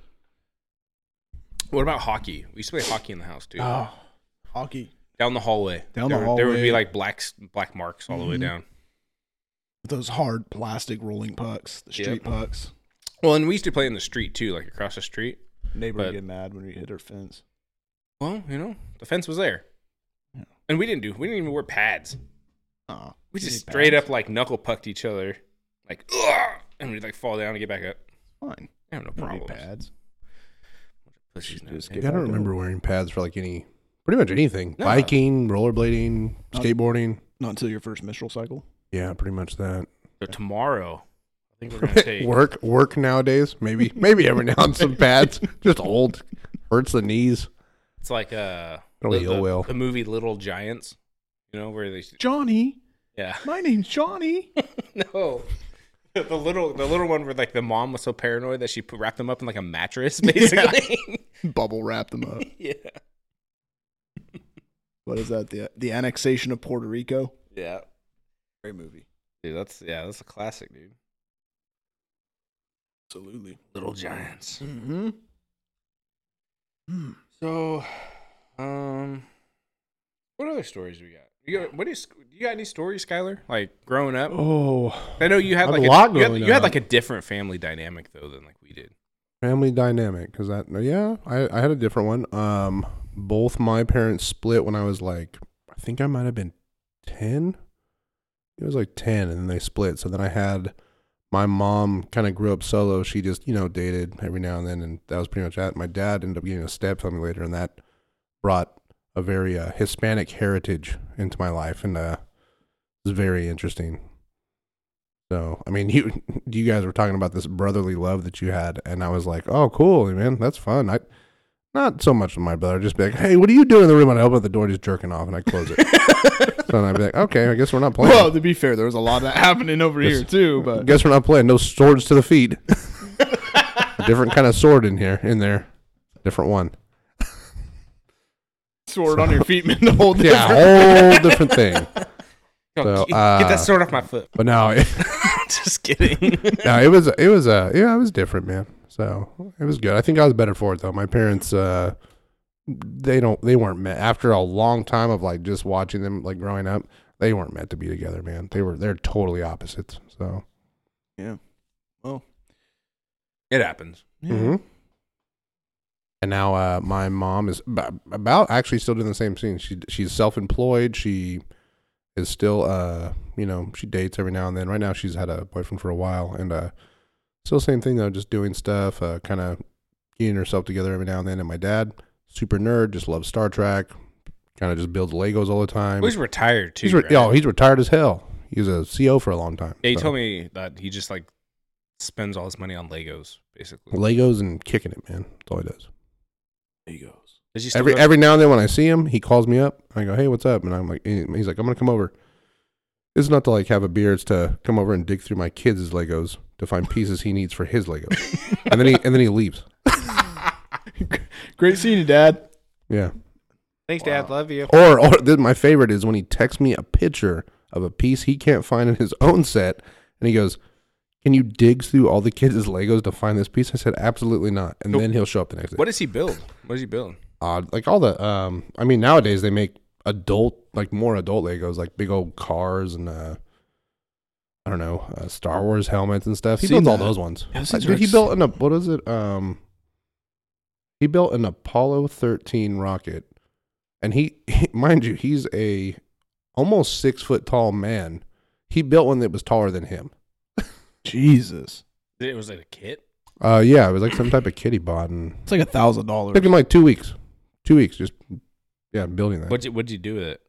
What about hockey? We used to play hockey in the house too.
Oh, hockey
down the hallway.
down
there, would-
the hallway.
There would be like black s- black marks all the way
Mhm.
down.
those hard plastic rolling pucks, the street
Yep.
pucks.
Well, and we used to play in the street too, like across the street.
Neighbor would
But-
get mad when we hit her fence.
Well, you know, the fence was there,
Yeah.
and we didn't do we didn't even wear pads.
Aw,
We just
need
straight
pads.
up like knuckle pucked each other, like "Ugh," and we'd like fall down and get back up.
fine.
I have no
We don't need
problem.
pads.
Pussies
Just
know.
get
I
back
don't
up.
remember wearing pads for like any, pretty much anything.
No.
Biking, rollerblading,
Not-
skateboarding.
Not until your first menstrual cycle.
Yeah, pretty much that.
So tomorrow, I think we're gonna take.
work, work nowadays. Maybe, maybe every now and some pads. Just old, hurts the knees.
It's like uh,
Don't
the,
heal
the-
well.
the movie Little Giants. You know where they?
Johnny,
Yeah.
my name's Johnny.
no. The little, the little one where like the mom was so paranoid that she put, wrapped them up in like a mattress, basically.
Bubble wrap them up.
Yeah.
What is that? The the annexation of Puerto Rico.
yeah.
Great movie.
Dude, that's yeah, that's a classic, dude.
Absolutely.
Little Giants.
Mm-hmm.
So, um, what other stories we got? You got what is? You got any stories, Skylar? Like growing up?
Oh,
I know you had
A
like
lot
you, had,
going
you had
on.
like a different family dynamic though than like we did.
family dynamic because that yeah I, I had a different one um both my parents split when i was like i think i might have been 10 it was like 10 and then they split so then i had my mom kind of grew up solo she just you know dated every now and then and that was pretty much that my dad ended up getting a stepfamily later and that brought a very uh, hispanic heritage into my life and uh it was very interesting so, I mean, you you guys were talking about this brotherly love that you had, and I was like, "Oh, cool, man, that's fun." I not so much with my brother, just be like, "Hey, what are you doing in the room?" And I open up the door, just jerking off, and I close it. so then I'd be like, "Okay, I guess we're not playing.
Well, to be fair, there was a lot of that happening over here
I
too. But
guess we're not playing. No swords to the feet. Different kind of sword in here, in there. Different one.
sword on your feet meant the whole
Yeah, whole different thing.
Yo,
So,
get, get
uh,
that sword off my foot.
But no, it,
Just kidding.
no, it was it was uh yeah, it was different, man. So it was good. I think I was better for it though. My parents uh they don't they weren't met after a long time of like just watching them like growing up, they weren't meant to be together, man. They were they're totally opposites. So
it happens.
Yeah.
Mhm. And now uh, my mom is ab- about actually still doing the same thing. She she's self employed. She is still uh you know she dates every now and then. Right now she's had a boyfriend for a while and uh still same thing though. Just doing stuff, uh, kind of getting herself together every now and then. And my dad, super nerd, just loves Star Trek. Kind of just builds Legos all the time.
He's retired too.
He's re-
right?
oh, he's retired as hell. He was a CO for a long time.
yeah, he
so.
told me that he just like spends all his money on Legos, basically.
Legos and kicking it, man. That's all he does.
There he goes.
Does he still
every
go-
every now and then when I see him, he calls me up. I go, "Hey, what's up?" And I'm like, and "He's like, I'm gonna come over." It's not to like have a beer. It's to come over and dig through my kids' Legos to find pieces he needs for his Legos, and then he and then he leaves.
Great seeing you, Dad.
Yeah.
Thanks, Dad. Love you.
Or or then my favorite is when he texts me a picture of a piece he can't find in his own set, and he goes, "Can you dig through all the kids' Legos to find this piece?" I said, "Absolutely not." And
Nope.
then he'll show up the next day.
What does he build? What does he build?
odd. Like all the um I mean nowadays they make adult like more adult Legos, like big old cars and uh I don't know, uh, Star Wars helmets and stuff. He
Seen
builds all
that.
those ones.
Yeah, those
Uh,
things are
dude, he
ex-
built an what is it? Um he built an Apollo 13 rocket. And he, mind you, he's a almost 6 foot tall man. He built one that was taller than him.
Jesus.
It was like a kit.
Uh yeah, it was like some type of kitty bot and
It's like a thousand dollars.
took him like 2 weeks. 2 weeks just yeah, building that.
What'd you, what'd you do with it?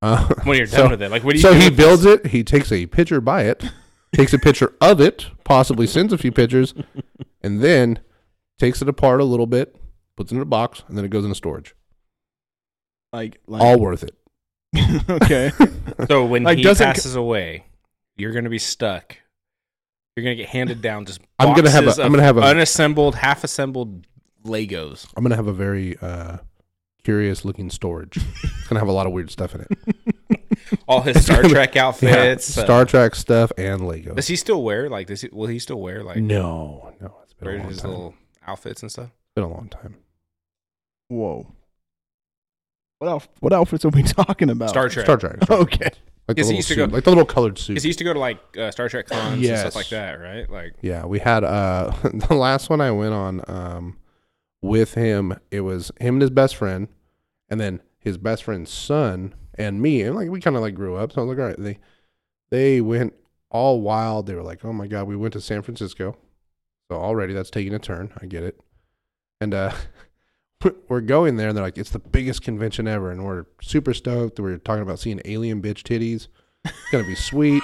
Uh,
When you're
so-
done with it, like what do you?
so
do
he
with
builds it. He takes a picture by it, takes a picture of it, possibly sends a few pictures, and then takes it apart a little bit, puts it in a box, and then it goes into storage.
Like, like
All worth it.
okay.
this? So when
like,
he
doesn't-
passes away, you're gonna be stuck. You're gonna get handed down just.
I'm gonna have a-
boxes
I'm
of
gonna have a-
unassembled, half assembled Legos.
I'm gonna have a very uh, curious looking storage. It's gonna have a lot of weird stuff in it.
All his Star Trek outfits. uh,
Star Trek stuff and Legos.
does he still wear like? Does he? Will he still wear like?
no, no, it's been
wear
a long
his
time.
little outfits and stuff.
Been a long time.
Whoa. What outf- what outfits are we talking about?
Star Trek.
Oh, Star Trek.
Okay.
Like the
'Cause he
little
used to
suit,
go-
like the little colored suit.
Because he used to go to like uh, Star Trek cons and
Yes.
stuff like that, right? Like
Yeah, we had uh the last one I went on um with him, it was him and his best friend, and then his best friend's son and me. And like we kinda like grew up. So I was like, all right, they they went all wild. They were like, Oh my god, we went to San Francisco. So already that's taking a turn. I get it. And uh we're going there and they're like, it's the biggest convention ever, and we're super stoked. We're talking about seeing alien bitch titties. It's gonna be sweet.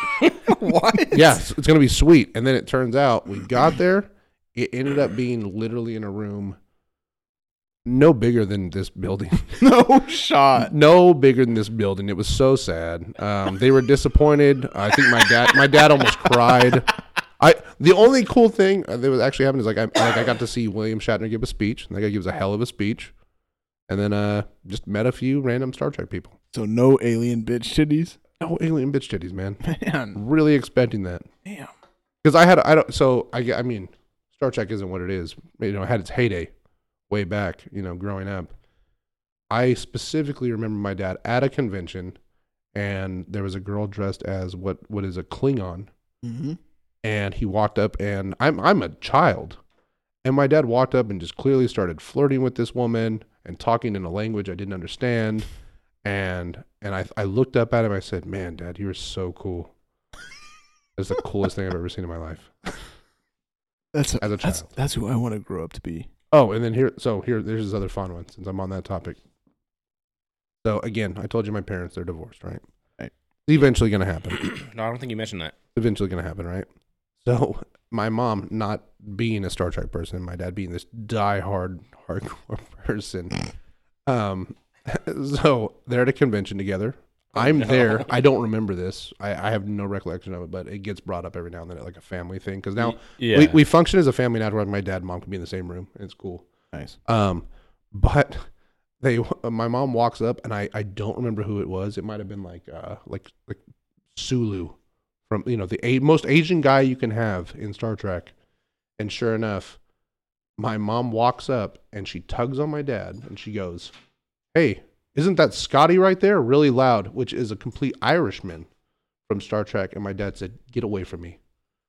what?
Yeah, it's, it's gonna be sweet. And then it turns out we got there. It ended up being literally in a room no bigger than this building.
No shot.
No bigger than this building. It was so sad. Um, they were disappointed. I think my dad my dad almost cried. I the only cool thing that was actually happening is like I like I got to see William Shatner give a speech. That guy gives a hell of a speech. And then uh just met a few random Star Trek people.
So no alien bitch titties.
No alien bitch titties, man.
Man,
Really expecting that.
damn.
because I had I don't so I I mean Star Trek isn't what it is. You know, it had its heyday way back. You know, growing up, I specifically remember my dad at a convention, and there was a girl dressed as what what is a Klingon,
Mm-hmm.
and he walked up and I'm I'm a child, and my dad walked up and just clearly started flirting with this woman and talking in a language I didn't understand, and and I I looked up at him. I said, "Man, Dad, you are so cool." That's the coolest thing I've ever seen in my life.
That's
As a
that's
child.
that's who I want to grow up to be.
Oh, and then here, so here, there's this other fun one since I'm on that topic. So again, I told you my parents they're divorced, right?
Right.
It's eventually going to happen. It's
No, I don't think you mentioned that.
eventually going to happen, right? So my mom not being a Star Trek person, my dad being this diehard hardcore person. Um, so they're at a convention together. I'm
no.
there. I don't remember this. I, I have no recollection of it, but it gets brought up every now and then, like a family thing. Because now
yeah.
we, we function as a family now, where my dad and mom can be in the same room. It's cool.
Nice.
Um, but they, my mom walks up, and I, I don't remember who it was. It might have been like, uh, like, like Sulu from you know the a- most Asian guy you can have in Star Trek, and sure enough, my mom walks up and she tugs on my dad and she goes, "Hey, isn't that Scotty right there? Really loud, which is a complete Irishman from Star Trek." And my dad said, "Get away from me,"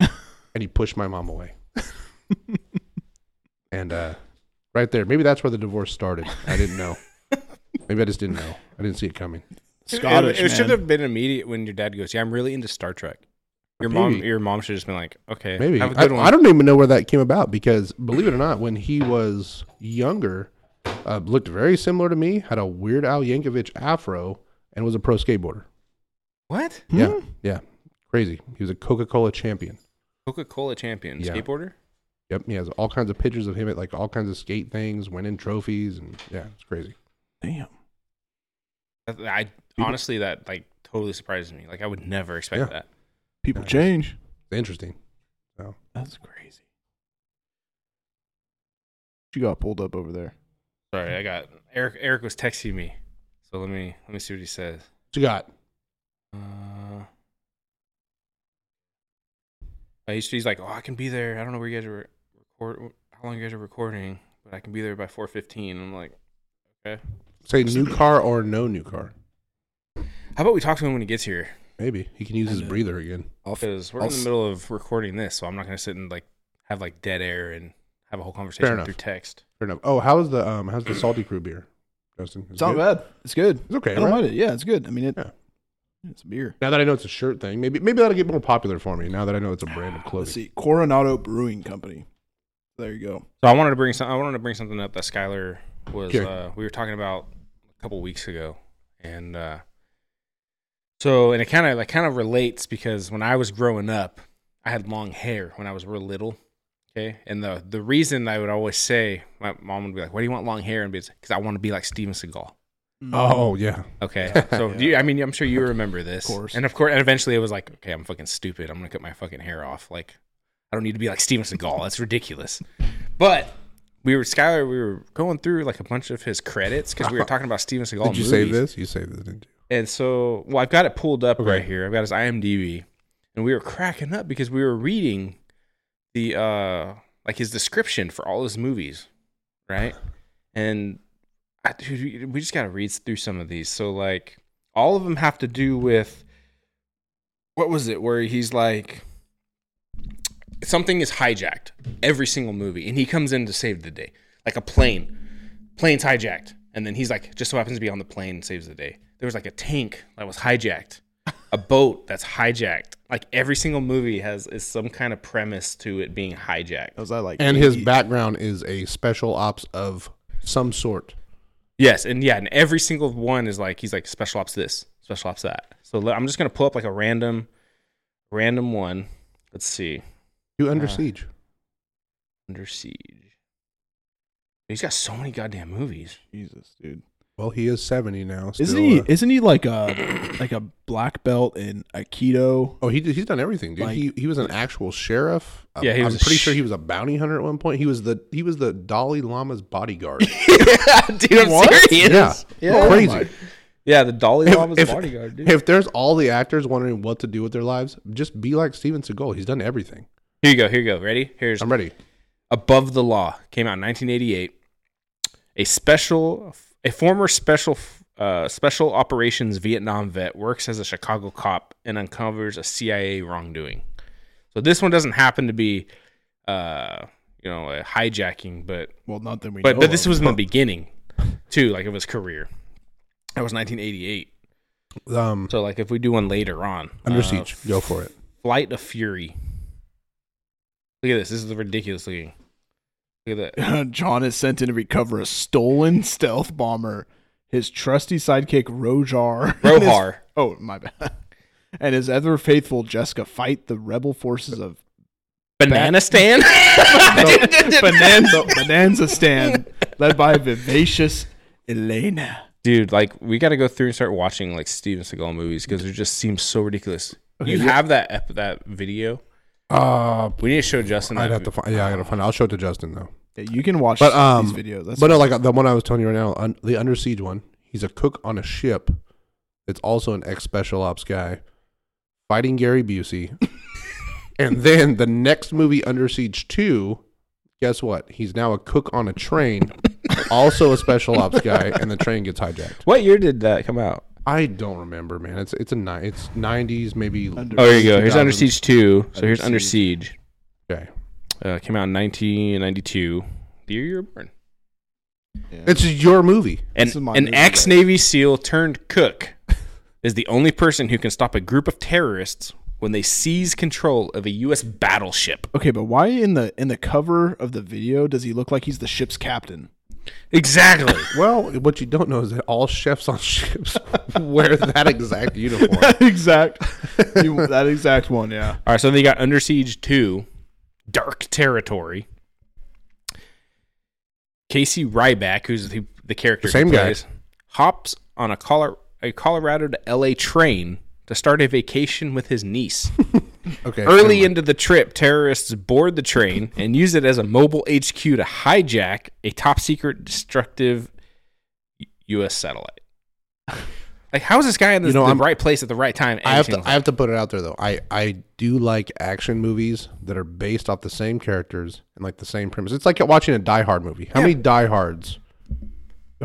and he pushed my mom away. and uh, right there, maybe that's where the divorce started. I didn't know. maybe I just didn't know. I didn't see it coming.
Scottish.
It, it should
man.
have been immediate when your dad goes, "Yeah, I'm really into Star Trek." Your mom,
Maybe.
your mom should have just been like, "Okay,
Maybe.
have a
I,
good one."
I don't even know where that came about because, believe it or not, when he was younger, uh, looked very similar to me, had a weird Al Yankovic afro, and was a pro skateboarder.
what?
Yeah.
Hmm?
Yeah. Crazy. He was a Coca Cola champion.
Coca Cola champion
Yeah.
skateboarder.
Yep. He has all kinds of pictures of him at like all kinds of skate things, winning trophies. And yeah, it's crazy.
Damn.
That- I honestly that like totally surprises me. Like I would never expect
Yeah.
that.
People
Nice.
change.
It's interesting.
That's crazy. What you got pulled up over there?
Sorry, I got Eric. Eric was texting me, so let me let me see what he says.
What you got?
Uh, he's, he's like, oh, I can be there. I don't know where you guys are record. How long you guys are recording? But I can be there by four fifteen. I'm like,
Say new car or no new car?
how about we talk to him when he gets here?
Maybe he can use
I
his
know.
breather again.
I'll
Because we're
I'll
in the
s-
middle of recording this, so I'm not gonna sit and like have like dead air and have a whole
Fair
conversation through
enough.
text.
Fair enough. Oh, how's the um how's the salty crew beer, Justin?
It's not bad. It's good.
It's okay.
I don't
right?
mind it. Yeah, it's good. I mean, it.
Yeah.
It's beer.
Now that I know it's a shirt thing, maybe maybe that'll get more popular for me. Now that I know it's a brand of
Let's
clothing.
see, Coronado Brewing Company. There you go.
So I wanted to bring some. I wanted to bring something up that Skylar was.
Okay.
Uh, we were talking about a couple weeks ago, and uh, so and it kind of like kind of relates because when I was growing up, I had long hair when I was real little. Okay, and the the reason I would always say my mom would be like, "Why do you want long hair?" and be because I want to be like Steven Seagal.
Oh yeah,
Okay, so do you, I mean, I'm sure you remember this,
course.
and of course, and eventually it was like, okay, I'm fucking stupid. I'm gonna cut my fucking hair off. Like, I don't need to be like Steven Seagal. That's ridiculous. But we were Skylar. We were going through like a bunch of his credits because we were talking about Steven Seagal.
did you
movies.
save this? You saved this, didn't you?
And so, well, I've got it pulled up
Okay.
right here. I've got his IMDb, and we were cracking up because we were reading the uh like his description for all his movies, right? And I, dude, we- we just got to read through some of these. So, like, all of them have to do with what was it? Where he's like, something is hijacked every single movie, and he comes in to save the day, like a plane plane's hijacked. And then he's like, just so happens to be on the plane and saves the day. There was like a tank that was hijacked, a boat that's hijacked. Like every single movie has is some kind of premise to it being hijacked.
That was I like.
And his
80
background is a special ops of some sort.
Yes, and yeah, and every single one is like he's like special ops this, special ops that. So le- I'm just gonna pull up like a random, random one. Let's see,
You under
Ah.
Uh.
siege.
Under Siege. He's got so many goddamn movies.
Jesus, dude.
Well, he is seventy now. Still,
Isn't he?
uh,
Isn't he like a like a black belt in Aikido?
oh, he did- he's done everything, dude.
Like-
he he was an actual sheriff. Uh,
Yeah, he was
I'm
a
pretty
sh-
sure he was a bounty hunter at one point. He was the he was the Dalai Lama's bodyguard.
Dude, I'm serious.
yeah,
Yeah.
crazy.
Oh my-
Yeah, the Dalai
If-
Lama's
if-
bodyguard, dude.
If there's all the actors wondering what to do with their lives, just be like Steven Seagal. He's done everything.
Here you go. Here you go. Ready? Here's
I'm ready.
Above the Law came out in 1988. A special, a former special, uh, special operations Vietnam vet works as a Chicago cop and uncovers a CIA wrongdoing. So this one doesn't happen to be, uh, you know, a hijacking, but
Well, not that we.
but
know
but this
of.
was in the beginning, too, like of his career. That was 1988.
Um,
So like if we do one later on,
under
uh,
siege. Go for it.
Flight of Fury. Look at this. This is ridiculous looking. Look at that.
John is sent in to recover a stolen stealth bomber, his trusty sidekick Rojar. and his-
Rohar.
oh, my bad. And his ever faithful Jessica fight the rebel forces of
Banana stand?
Bonanza, Bonanza Stand, led by vivacious Elena.
Dude, like we got to go through and start watching like Steven Seagal movies because it just seems so ridiculous.
Okay,
you
yeah.
have that ep- that video.
Uh,
We need to show Justin.
I'd
that
have to
movie.
find. Yeah, I gotta find. I'll show it to Justin though.
Yeah, you can watch
But um,
these videos. That's
but no, like the one I was telling you right now, un, the under siege one. He's a cook on a ship. It's also an ex special ops guy. fighting Gary Busey. and then the next movie, Under Siege 2, guess what? He's now a cook on a train, also a special ops guy, and the train gets hijacked.
What year did that come out?
I don't remember, man. It's it's a ni- it's 90s, maybe.
Under-
Oh, here you go. Here's Under
2000s.
Siege 2. So here's
Under
Under Siege.
Okay.
Uh, came out in 1992, the year you were born.
Yeah.
It's your movie.
An,
This is my
an
movie
ex
day.
Navy SEAL turned cook is the only person who can stop a group of terrorists when they seize control of a U.S. battleship.
okay, but why in the in the cover of the video does he look like he's the ship's captain?
Exactly.
Well, what you don't know is that all chefs on ships wear that exact uniform.
exact, you, that exact one. Yeah.
All right, so they got Under Siege 2, Dark Territory. Casey Ryback, who's the, the character,
The same
he
guy.
plays, hops on a, Colo- a Colorado to L.A. train to start a vacation with his niece.
Okay.
Early into the trip, terrorists board the train and use it as a mobile HQ to hijack a top secret destructive U- U.S. satellite. Like, how is this guy in the,
You know,
the
I'm-
right place at the right time?
I have
every
to
single
I have to put it out there though. I I do like action movies that are based off the same characters and like the same premise. It's like watching a Die Hard movie. How many Die Hards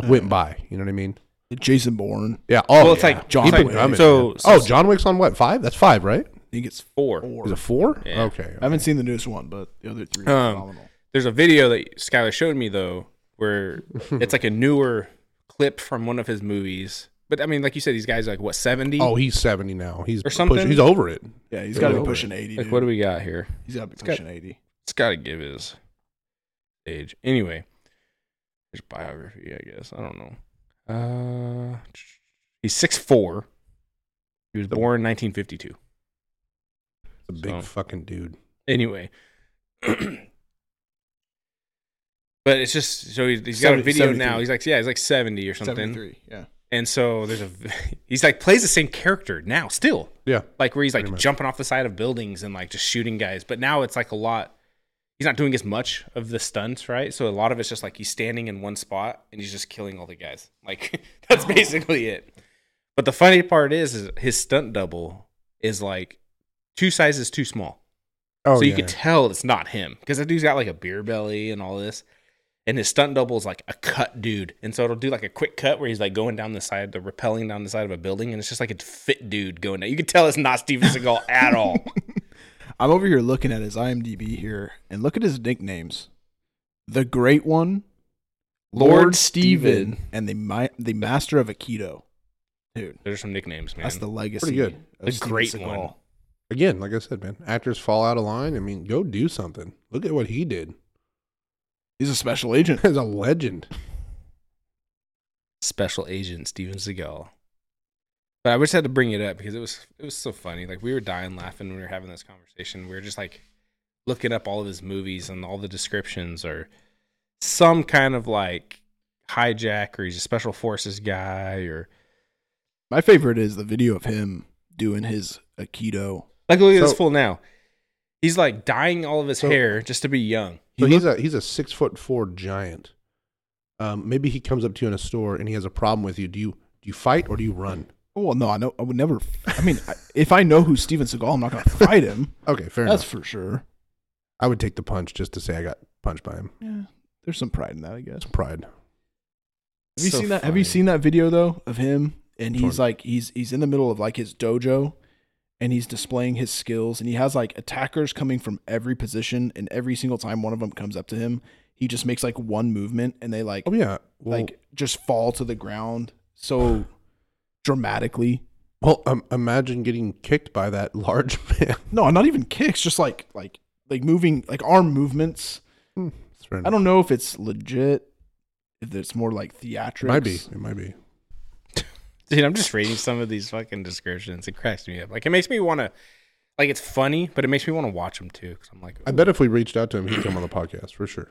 went by? You know what I mean?
Jason Bourne.
Yeah. Oh,
Well, it's
yeah.
like-
John.
it's like-
Wick, I'm in,
so-
man.
so-
oh, John Wick's on what? Five? That's five, right?
I think it's
Four.
four.
Is it four?
Yeah.
Okay.
I haven't seen the newest one, but the other three are
Um,
phenomenal.
there's a video that Skylar showed me though, where it's like a newer clip from one of his movies. But I mean, like you said, these guys are like what seventy?
Oh, he's seventy now. He's
Or something?
Pushing, he's over it.
Yeah, he's got to
Over
be
it.
pushing eighty.
like
dude.
what do we got here?
he's got to be
got-
pushing eighty.
It's got to give his age. Anyway, his biography, I guess. I don't know. Uh, he's six four. He was born in 1952.
A big
So-
fucking dude.
Anyway. But it's just so he's, he's got a
70
video
73.
now. He's like, yeah, he's like seventy or something.
Seventy-three. Yeah.
And so there's a he's like plays the same character now still.
Yeah.
Like where he's like
Pretty much.
jumping off the side of buildings and like just shooting guys, but now it's like a lot he's not doing as much of the stunts, right? So a lot of it's just like he's standing in one spot and he's just killing all the guys. Like that's basically it. But the funny part is, is his stunt double is like two sizes too small.
Oh,
so you
yeah.
could tell it's not him because that dude's got like a beer belly and all this. And his stunt double is like a cut dude. And so it'll do like a quick cut where he's like going down the side, the rappelling down the side of a building. And it's just like a fit dude going down. You could tell it's not Steven Seagal at all.
I'm over here looking at his IMDb here, and look at his nicknames: the Great One,
Lord
Lord, Steven,
Steven.
and the mi- the Master of Aikido. Dude,
There's some nicknames, man.
that's the legacy.
Pretty good.
of
The
Steven
Great
Seagal.
One.
Again, like I said, man, actors fall out of line. I mean, go do something. Look at what he did.
He's a special agent.
He's a legend.
special agent Steven Seagal. But I just had to bring it up because it was it was so funny. Like we were dying laughing when we were having this conversation. We were just like looking up all of his movies and all the descriptions are some kind of like hijack or he's a special forces guy or
My favorite is the video of him doing his Aikido.
like look at
So-
this fool now. He's like dyeing all of his
So-
hair just to be young.
So he's a he's a six foot four giant. Um, maybe he comes up to you in a store and he has a problem with you. Do you do you fight or do you run?
Oh, well, no, I know. I would never. I mean, I, if I know who Steven Seagal, I'm not going to fight him.
Okay, fair
that's
enough.
for sure.
I would take the punch just to say I got punched by him.
Yeah, there's some pride in that, I guess.
Pride.
Have you
So
seen that? Have you
funny.
seen that video though of him? And
Which
he's
one?
like he's he's in the middle of like his dojo, and he's displaying his skills, and he has like attackers coming from every position, and every single time one of them comes up to him, he just makes like one movement, and they like
Oh yeah. Well,
like just fall to the ground so dramatically.
well, um, imagine getting kicked by that large man.
No, not even kicks, just like like like moving like arm movements.
It's fair
I
enough.
don't know if it's legit, if it's more like theatrics.
It might be. It might be.
Dude, I'm just reading some of these fucking descriptions. It cracks me up. Like it makes me want to like it's funny, but it makes me want to watch him too cuz I'm like
I bet if we reached out to him, he'd come on the podcast for sure.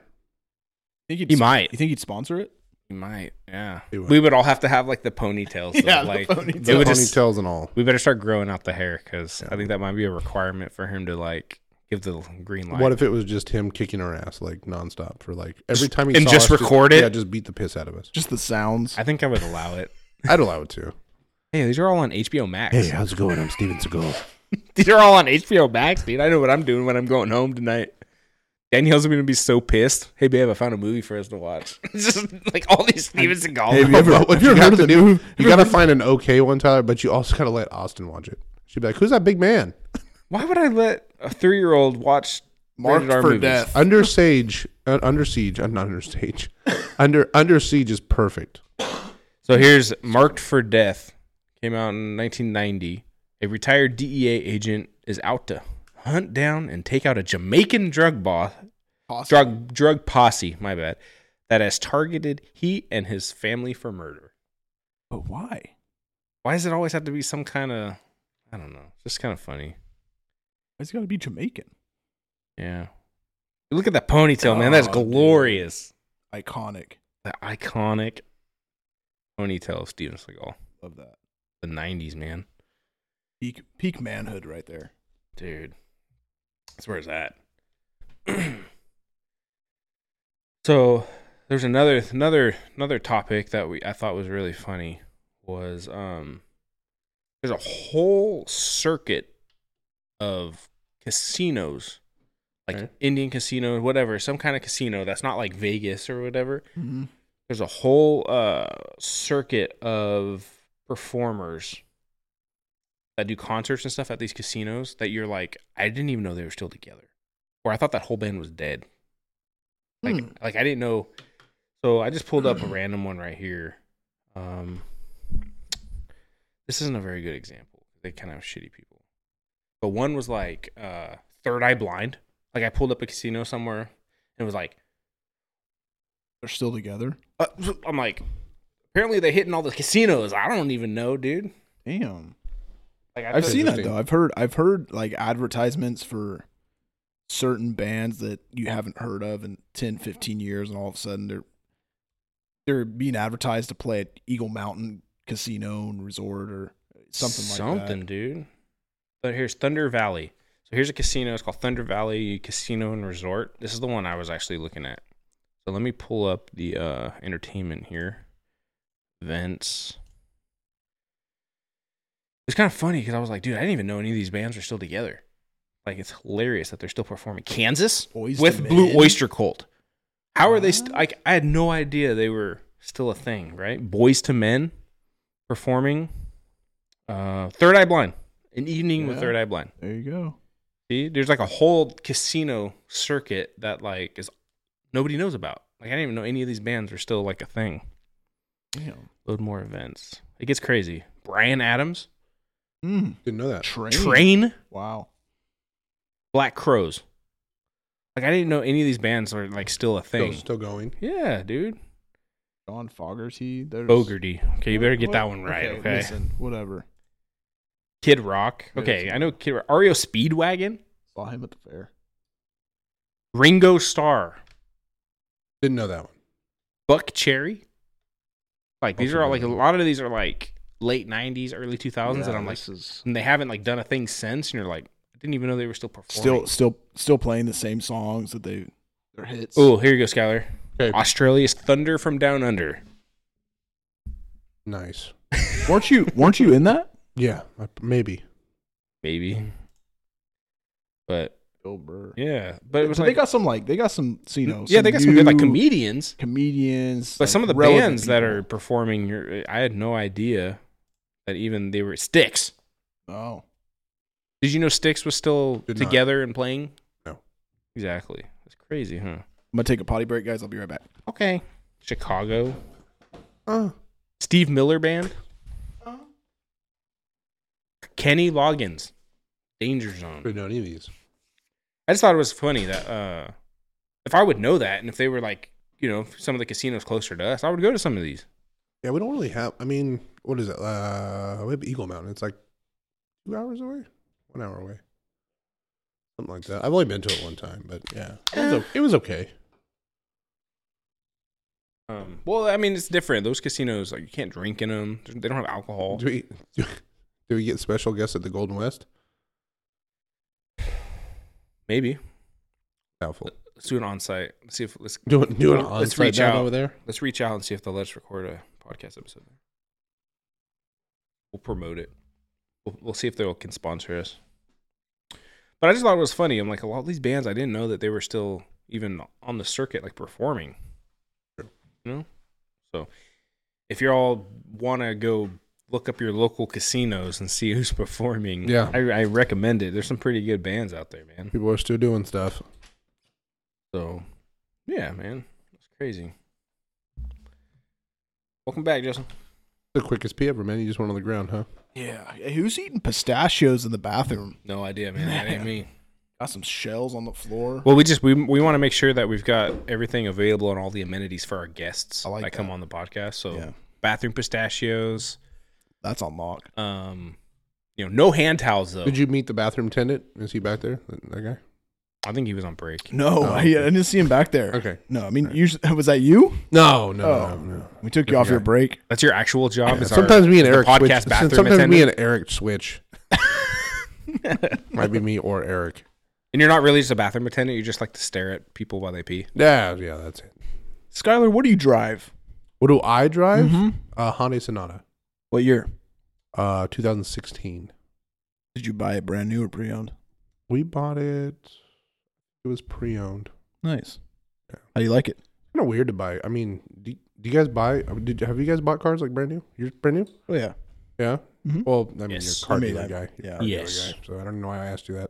Think he'd
He
sp-
might.
You think he'd sponsor it?
We might, yeah.
He would.
We would all have to have like the ponytails. though,
Yeah, the
like
ponytails.
it
The
would just-
ponytails and all.
we better start growing out the hair because I
Yeah.
think that might be a requirement for him to like give the green light.
What if it was just him kicking our ass like nonstop for like every
Just-
time he
and
saw
just
us,
record it?
Yeah, just beat the piss out of us.
Just the sounds.
I think I would allow it.
I'd allow it too.
Hey, these are all on HBO Max.
uh, how's it going? I'm Steven Seagal.
These are all on HBO Max, dude. I know what I'm doing when I'm going home tonight. Danielle's gonna be so pissed. Hey, babe, I found a movie for us to watch. It's just like all these Steven Seagal.
Hey, have you ever,
movies.
have Oh, you ever heard of the new? You gotta find an okay one, Tyler, but you also gotta let Austin watch it. She'd be like, "Who's that big man?"
Why would I let a three-year-old watch
Marked
rated R
for
movies?
death.
Under siege, uh, under siege, uh, not under siege. Under under siege is perfect.
So here's Marked for Death. Came out in 1990. A retired DEA agent is out to hunt down and take out a Jamaican drug boss,
Awesome.
drug drug posse. My bad. That has targeted he and his family for murder.
But why?
Why does it always have to be some kind of? I don't know. Just kind of funny.
It's got to be Jamaican.
Yeah. Look at that ponytail, man. That's
Oh, dude.
glorious.
Iconic.
That iconic ponytail of Steven Seagal.
Love that.
The 90s, man.
Peak peak manhood right there.
Dude. That's where it's at. so there's another another another topic that we I thought was really funny was um there's a whole circuit of casinos like
Okay.
Indian casino, whatever, some kind of casino that's not like Vegas or whatever.
Mm-hmm.
there's a whole uh, circuit of performers that do concerts and stuff at these casinos that you're like, I didn't even know they were still together, or I thought that whole band was dead. Like,
Hmm.
like I didn't know. So I just pulled up a random one right here. Um, this isn't a very good example. They kind of shitty people. But one was like uh, Third Eye Blind. Like I pulled up a casino somewhere and it was like
They're still together.
uh, I'm like, apparently they're hitting all the casinos. I don't even know, dude.
Damn.
Like
I've
thought-
seen that
interesting.
though. I've heard I've heard like advertisements for certain bands that you haven't heard of in 10, 15 years and all of a sudden they're they're being advertised to play at Eagle Mountain Casino and Resort or something like that.
something, dude. But here's Thunder Valley. So here's a casino. It's called Thunder Valley Casino and Resort. This is the one I was actually looking at. So let me pull up the uh, entertainment here. Events. It's kind of funny because I was like, dude, I didn't even know any of these bands are still together. Like, it's hilarious that they're still performing. Kansas
Oyster
with
Man.
Blue Oyster Cult. How are they? St- I, I had no idea they were still a thing, right? Boys to Men performing. Uh, Third Eye Blind. An evening with
Yeah.
Third Eye Blind.
There you go.
See, there's like a whole casino circuit that like is nobody knows about. Like I didn't even know any of these bands are still like a thing.
Damn.
Load more events. It gets crazy. Brian Adams,
Mm.
Didn't know that.
Train.
Train,
Wow.
Black Crows. Like I didn't know any of these bands are like still a
Still,
thing.
still going.
Yeah, dude.
John Fogerty. There's
Bogarty. Okay, you better get
What-
that one right. Okay.
Listen, whatever.
Kid Rock.
There's-
Okay, I know Kid Rock. Ario Speedwagon.
Saw him at the fair.
Ringo Starr.
Didn't know that one.
Buck Cherry. Like these
Okay,
are all like
yeah.
a lot of these are like late '90s, early 2000s,
Yeah,
and I'm like,
this is
and they haven't like done a thing since. And you're like, I didn't even know they were still performing.
still still still playing the same songs that they their hits.
Oh, here you go, Skylar.
Okay.
Australia's Thunder from Down Under.
Nice.
weren't you weren't you in that?
Yeah, I- maybe.
Mm-hmm.
Maybe. But
Bill Burr.
yeah, but it was like,
they got some like they got some you know
yeah, they got some good like
new
comedians,
comedians.
but
like,
some of the
relevant
bands that
people.
are performing, you're, I had no idea that even they were Sticks.
oh
Did you know Sticks was still
Did not.
together and playing?
No.
Exactly. That's crazy, huh?
I'm gonna take a potty break, guys. I'll be right back.
Okay. Chicago.
Oh,
Steve Miller Band. Kenny Loggins. Danger Zone.
didn't know any of these.
I just thought it was funny that uh if I would know that and if they were like, you know, some of the casinos closer to us, I would go to some of these.
Yeah, we don't really have. I mean, what is it? Uh, we have Eagle Mountain. It's like two hours away, one hour away, something like that. I've only been to it one time, but yeah, it was, o- it was okay.
Um, well, I mean, it's different. Those casinos, like, you can't drink in them. They don't have alcohol.
Do we do, do we get special guests at the Golden West?
Maybe
Doubtful.
let's do an on-site. Let's see if let's
Do it, do it on
Let's reach out.
over there.
let's reach out and see if they'll let us record a podcast episode. We'll promote it. We'll, we'll see if they will can sponsor us. But I just thought it was funny. I'm like, a lot of these bands, I didn't know that they were still even on the circuit, like performing. You know? So if you all want to go look up your local casinos and see who's performing,
Yeah.
I, I recommend it. There's some pretty good bands out there, man.
People are still doing stuff.
So, yeah, man. That's crazy. Welcome back, Justin.
The quickest pee ever, man. You just went on the ground, huh?
Yeah. Hey, Who's eating pistachios in the bathroom?
No idea, man. That ain't me.
Got some shells on the floor.
Well, we just we we want to make sure that we've got everything available and all the amenities for our guests
I like
that come
that.
on the podcast. So,
Yeah.
bathroom pistachios.
That's on lock.
Um, you know, no hand towels though.
Did you meet the bathroom attendant? Is he back there? That, that guy?
I think he was on break.
No,
Oh,
I, I
okay.
didn't see him back there.
Okay.
No, I mean, usually, was that you?
No, no,
Oh.
no, no.
We took you off your
guy.
break.
That's your actual job.
Yeah,
is our-
sometimes me and
the
Eric switch.
podcast bathroom
Sometimes me
attendant?
and Eric switch. Might be me or Eric.
and you're not really just a bathroom attendant. You just like to stare at people while they pee.
Yeah, yeah, that's it.
Skylar, what do you drive?
What do I drive? Uh, Hyundai Sonata,
What year?
uh, 2016.
Did you buy it brand new or pre owned?
We bought it. It was pre-owned.
Nice.
Yeah.
How do you like it?
Kind of weird to buy. I mean, do, do you guys buy? uh, Did have you guys bought cars like brand new? You're brand new.
Oh, yeah.
Yeah.
Mhm.
Well, I mean,
Yes.
you're a car
I mean,
dealer
I-
guy. You're a
yeah.
car dealer
Yes.
guy, so I don't know why I asked you that.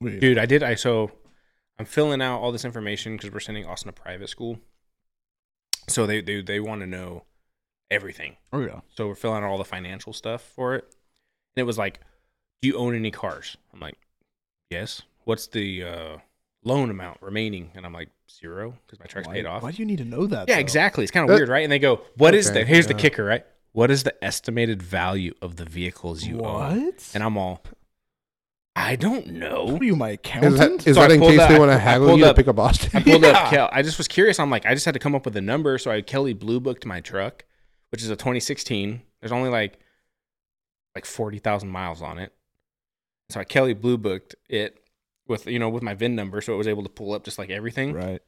We-
Dude, I did. I so I'm filling out all this information because we're sending Austin to private school. So they they they want to know everything.
Oh, yeah.
So we're filling out all the financial stuff for it. And it was like, Do you own any cars? I'm like, Yes. What's the uh, loan amount remaining? And I'm like, Zero, because my truck's
Why-
paid off.
Why do you need to know that?
yeah,
though?
exactly. It's kind of
That-
weird, right? And they go, "What is
Okay,
the here's the
yeah.
kicker, right? What is the estimated value of the vehicles you own?"
What?
And I'm all, I don't know.
What are you, my
Is that,
accountant?
is
So I
that in
pulled
case
up-
they want
I
to haggle
pulled
you to
up-
pick up Austin?
I pulled
Yeah.
up Kel. I just was curious. I'm like, I just had to come up with a number, so I Kelly Blue Booked my truck, which is a 2016. There's only like like 40,000 miles on it, so I Kelly Blue Booked it with you know with my VIN number, so it was able to pull up just like everything.
right.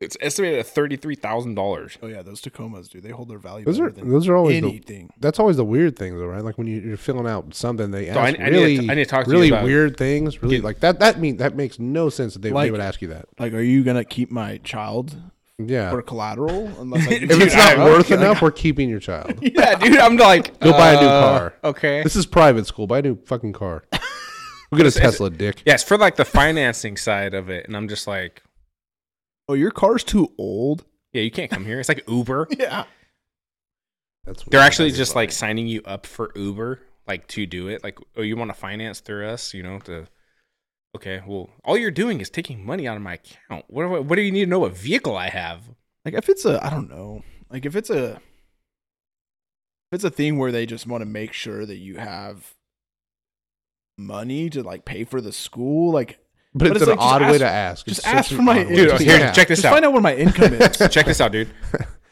It's estimated at thirty three thousand dollars.
Oh, yeah. Those Tacomas, dude, they hold their value.
Those
better
are
than
those are always the,
anything.
that's always the weird thing though, right? Like when you, you're filling out something, they ask
I- I need to-
really
I need to talk to you
really
about-
weird things. Really
Get-
like that. That mean that makes no sense that they, they
Like-
would ask you that.
Like, are you going to keep my child
Yeah.
for collateral? Unless I do
if it's
Dude,
not
I-
worth
okay,
enough, we're keeping your child.
Yeah, dude, I'm like, uh,
Go buy a new car.
Okay.
This is private school. Buy a new fucking car. We get a Tesla, dick.
Yes, for like the financing side of it, and I'm just like,
Oh, your car's too old?
yeah, you can't come here. It's like Uber.
Yeah.
That's
They're
weird.
actually just like signing you up for Uber, like to do it. Like, oh, you want to finance through us? You know, to okay. Well, all you're doing is taking money out of my account. What do I, what do you need to know? What vehicle I have?
Like if it's a I don't know. Like if it's a if it's a thing where they just want to make sure that you have money to like pay for the school, like
But,
but
it's,
it's
an
like, just
odd way
ask-
to ask.
just
It's such
ask
an
for my-
odd
Dude,
way to
Just-
here,
ask.
check this
just
out.
find out what my income is.
check this out, dude.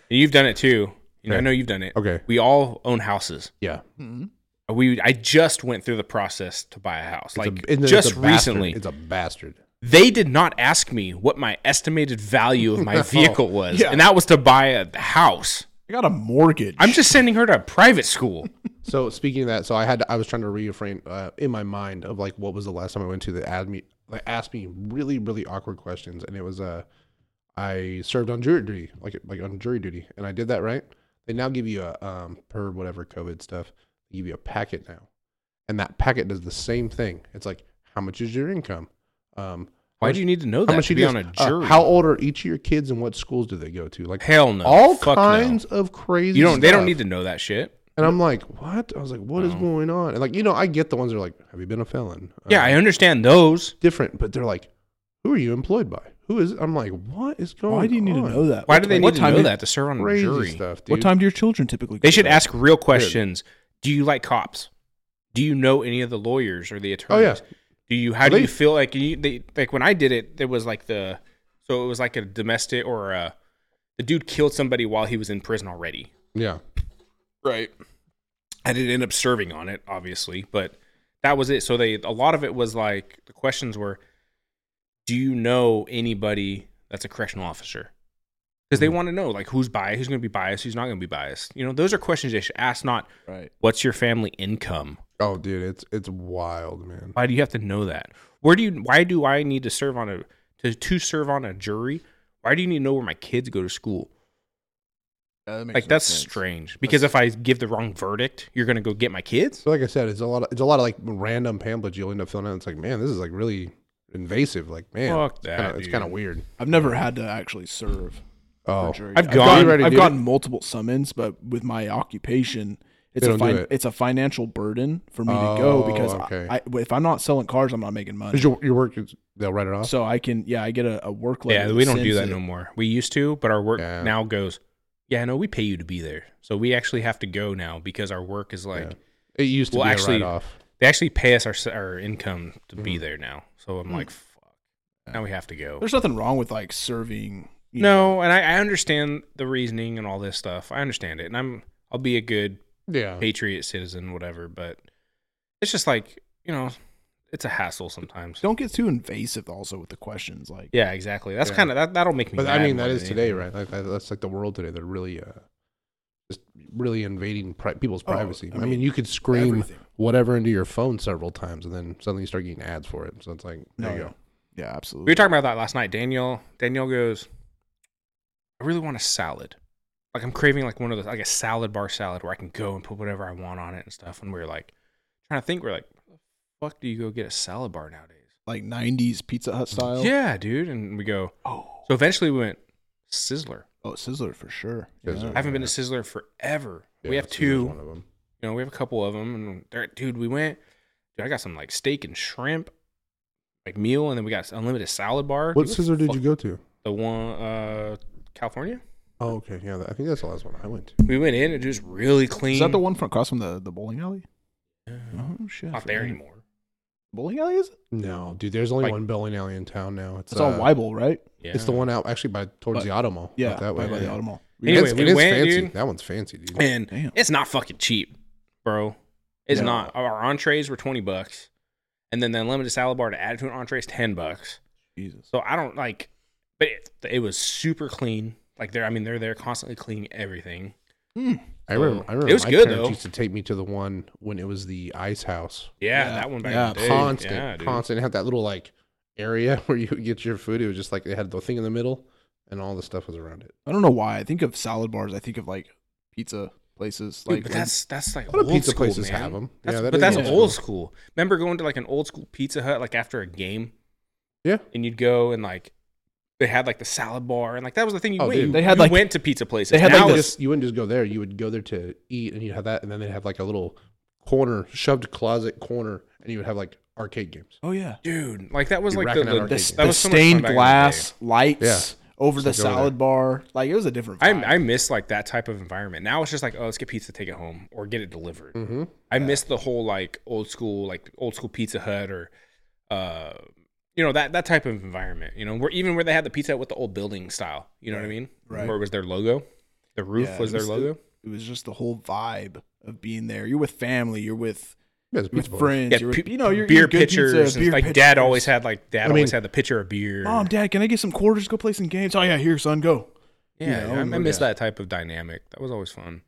You've done it too. You know, I
Okay.
know you've done it.
Okay.
We all own houses.
Yeah.
Mhm.
We I just went through the process to buy a house,
It's a-
like
and it's a
just
bastard.
recently.
It's a bastard.
they did not ask me what my estimated value of my vehicle was,
Yeah.
and that was to buy a house.
I got a mortgage.
I'm just sending her to a private school.
So speaking of that, so I had to, I was trying to reframe uh, in my mind of like what was the last time I went to that asked me that asked me really really awkward questions, and it was uh I served on jury duty like like on jury duty, and I did that right. They now give you a um per whatever COVID stuff, they give you a packet now, and that packet does the same thing. It's like how much is your income? Um,
Why do you need to know that?
how much
to
you
be on
do
a jury?
how old are each of your kids, and what schools do they go to? Like
Hell no.
all
Fuck no.
kinds of crazy.
You don't. They don't
stuff.
need to Oh. know that shit.
And I'm like, what? I was like, what is
No.
going on? And like, you know, I get the ones that are like, have you been a felon? Uh,
Yeah, I understand those.
different, but they're like, who are you employed by? Who is? I'm like, what is going?
Why do you need to
on?
know that?
Why do they
what
need to
time
know
do-
that to serve on a
Crazy
jury?
stuff, dude.
What time do your children typically?
They
go
should
to
ask real questions. Do you like cops? Do you know any of the lawyers or the attorneys?
Oh, yeah.
Do you? How do
They-
you feel like you? They, like when I did it, there was like the so it was like a domestic or a the dude killed somebody while he was in prison already.
Yeah,
Right. I didn't end up serving on it, obviously, but that was it. So they a lot of it was like the questions were, do you know anybody that's a correctional officer? Because
Mm-hmm.
they want to know like who's biased, who's going to be biased, who's not going to be biased. You know, those are questions they should ask. Not
Right.
what's your family income?
Oh, dude, it's it's wild, man.
Why do you have to know that? Where do you? Why do I need to serve on a to to serve on a jury? Why do you need to know where my kids go to school?
Yeah, that makes
Like
no
that's
sense.
strange. Because if I give the wrong verdict, you're gonna go get my kids.
So like I said, it's a lot. Of, it's a lot of like random pamphlets you'll end up filling out. It's like, man, this is like really invasive. Like, man,
Fuck
it's
that,
kinda- it's
dude.
kind of weird.
I've never had to actually serve.
Oh,
for jury.
I've
I've
gone-
gotten,
Already
I've
did it?
gotten multiple summons, but with my occupation, it's
They
a
don't do
fin-
it.
it's a financial burden for me to go
Oh,
because I-
okay.
I, if I'm not selling cars, I'm not making money.
because your your work, is- they'll write it off.
So I can yeah, I get a, a work letter.
yeah,
that
we don't do
sends
that no
it.
more. We used to, but our work
Yeah.
now goes. Yeah, no, we pay you to be there, so we actually have to go now because our work is like
Yeah. it used to
Well,
be
actually-
a write off.
they actually pay us our s- our income to
Mm-hmm.
be there now. So
Mm.
I'm like, fuck. Now we have to go.
There's nothing wrong with like serving. you know,
No, and I, I understand the reasoning and all this stuff. I understand it, and I'm I'll be a good
Yeah,
patriot citizen, whatever. But it's just like you know, it's a hassle sometimes.
don't get too invasive also with the questions. Like
Yeah, exactly. That's
Yeah.
kind of that. That'll make me.
but I
mad
mean
more
that
than
is today,
anything.
right? Like that, that's like the world today. They're really, uh, just really invading pri- people's
Oh,
privacy.
I
I, mean,
mean,
you could scream
everything.
whatever into your phone several times, and then suddenly you start getting ads for it. So it's like, there
No,
you
yeah.
go.
yeah, absolutely.
We were talking about that last night. Danielle Danielle goes, I really want a salad. Like I'm craving like one of those like a salad bar salad where I can go and put whatever I want on it and stuff. And we were like trying to think, we're like, "Where the fuck do you go get a salad bar nowadays?
like '90s Pizza Hut style.
Mm, Yeah, dude. And we go,
Oh,
so eventually we went, Sizzler.
oh, Sizzler for sure.
Sizzler.
I haven't been to Sizzler forever. we
Yeah,
have
so there's
two,
One of them.
you know, we have a couple of them. And they're- dude, we went, dude, I got some like steak and shrimp, like meal. And then we got unlimited salad bar.
What
Dude,
scissor did
fuck-
you go to?
The one, uh, California?
Oh, okay. Yeah, I think that's the last one I went to.
We went in and it was really clean.
Is that the one from across from the, the bowling alley? Oh shit! I
Not there
forgot.
anymore.
Bowling alley is? It?
No, dude. There's only
Like-
one bowling alley in town now. It's,
It's all
uh,
Weibel, right?
Yeah.
It's the one out actually by towards
But-
the Auto Mall.
Yeah,
out that way.
by, by the
yeah.
Automall.
Anyway,
it's,
we
it is
went,
fancy.
dude.
That one's fancy, dude.
and
Damn.
it's not fucking cheap, bro. It's
No.
not. Our entrees were twenty bucks, and then the unlimited salad bar to add to an entree is ten bucks.
Jesus.
So I don't like, but it, it was super clean. Like they're, I mean, they're they're constantly cleaning everything. Hmm.
I remember. I remember.
was
my
good,
parents
though.
Used to take me to the one when it was the Ice House.
Yeah,
Yeah.
that one back
Yeah,
in the day.
constant,
yeah, dude.
constant. It had that little like area where you would get your food. It was just like they had the thing in the middle, and all the stuff was around it.
I don't know why. I think of salad bars. I think of like pizza places.
Dude,
Like
but that's that's like
A lot of
old
pizza
school,
places
man.
have them.
That's,
yeah, that
but
is
that's
old
old,
school.
school. Remember going to like an old school Pizza Hut like after a game?
Yeah.
And you'd go and like they had like the salad bar and like that was the thing you
Oh,
went.
dude.
You,
They had,
you
like-
went to pizza places.
they had,
Now
like,
You,
it's-
just, you wouldn't just go there. You would go there to eat, and you'd have that, and then they'd have like a little corner, shoved closet corner, and you would have like arcade games.
oh yeah,
dude, like that was
You're
like the,
racking out
the,
our
the,
Arcade games.
that
the
was so much fun
stained
back in the
glass lights
Yeah.
over the
Just like over
salad bar. Like it was a different.
I
Vibe.
I miss like that type of environment. Now it's just like oh let's get pizza, take it home, or get it delivered.
Mm.
Mm-hmm.
I miss the whole like old school like old school Pizza Hut or uh you know that that type of environment. You know where even where they had the pizza Hut with the old building style. You know what I mean?
Right.
Where it was their logo? The roof
Yeah,
was
it
their logo.
It was just the whole vibe of being there. You're with family. You're with
Yeah, it's
with
pizza bars.
friends.
Yeah,
you're with,
pe-
you know, you're
beer
you're good
pitchers.
pizza,
and-
beer
like dad
pitchers.
always had like dad
I
always
mean-
had the pitcher of beer.
Mom, dad, can I get some quarters? Go play some games. Oh yeah, here, son, go.
yeah,
you know,
I, I
and
miss
we're-
that type of dynamic. That was always fun.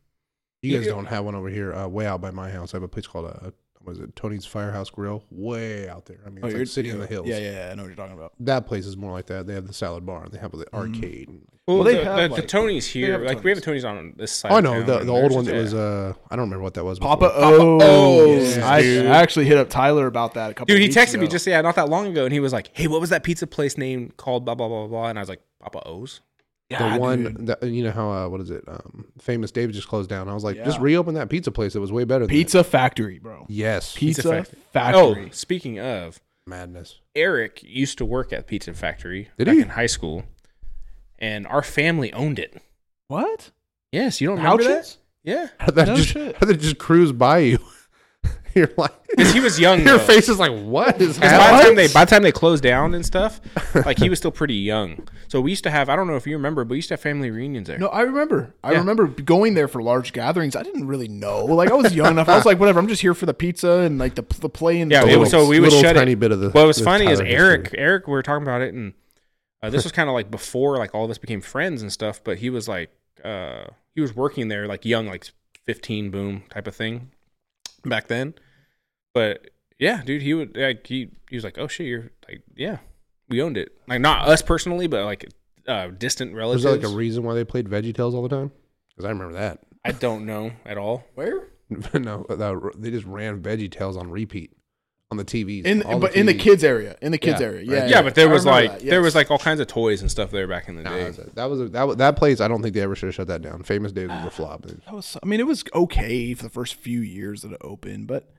You guys
Yeah.
don't have one over here, uh, way out by my house. I have a place called uh, what is it, Tony's Firehouse Grill, way out there. I mean, it's like city in the hills.
Oh, Yeah, yeah, yeah, I know what you're talking about.
That place is more like that. They have the salad bar and they have the
Mm-hmm.
arcade. And,
Well,
they
the,
have,
the, the
like-
Tony's
they
here.
have
Like we have a Tony's on this side.
oh, I
of
know
town,
the,
and
the old
there's
one
just-
that was.
yeah.
Uh, I don't remember what that was.
Papa
before.
O's,
O's. I,
dude.
I actually hit up uh, Tyler about that a couple.
Dude, he
weeks
texted me
ago.
just yeah, not that long ago, and he was like, "Hey, what was that pizza place name called?" Blah blah blah blah blah, and I was like, "Papa O's."
Yeah,
the
dude.
one that you know how uh, what is it? Um, Famous Dave just closed down. I was like, just
Yeah.
reopen that pizza place. It was way better. Than it.
Pizza Factory, bro.
Yes.
Pizza,
Factory.
Factory.
Oh, speaking of,
Madness.
Eric used to work at Pizza Factory
Did
back
he?
in high school, and our family owned it.
What?
Yes, you don't remember
Pouches?
that? Yeah,
How that
No
just
shit.
how that just cruise by you. You're like
because he was young.
your
though.
face is like what is
Because by the time
happening?
they by the time they closed down and stuff, like he was still pretty young. So we used to have I don't know if you remember, but we used to have family reunions there.
No, I remember. I
Yeah.
remember going there for large gatherings. I didn't really know. Like I was young enough. I was like, whatever. I'm just here for the pizza and like the the play and
yeah,
the
it was, so
little-
we would
little
shut
tiny
it.
bit of the-
what was
the
funny is
Tyler
Eric.
history.
Eric, we were talking about it, and uh, this was kind of like before like all of us became friends and stuff. But he was like, uh, he was working there like young, like fifteen, boom type of thing back then. But Yeah, dude, he would like he he was like, "Oh shit, you're like yeah, we owned it." Like not us personally, but like uh distant
Was
relatives.
there like a reason why they played Veggie Tales all the time? Because I remember that.
I don't know at all.
Where?
no, that, they just ran Veggie Tales on repeat on the TVs.
In
all
but in the
TVs.
kids area. In the kids
Yeah,
area.
right.
Yeah.
Yeah, but there
I
was
remember
like
that,
there
yes.
was like all kinds of toys and stuff there back in the
Nah,
day.
that was a, that was that place. I don't think they ever should have shut that down. Famous Days was a flop.
That was. I mean, it was okay for the first few years that it opened, but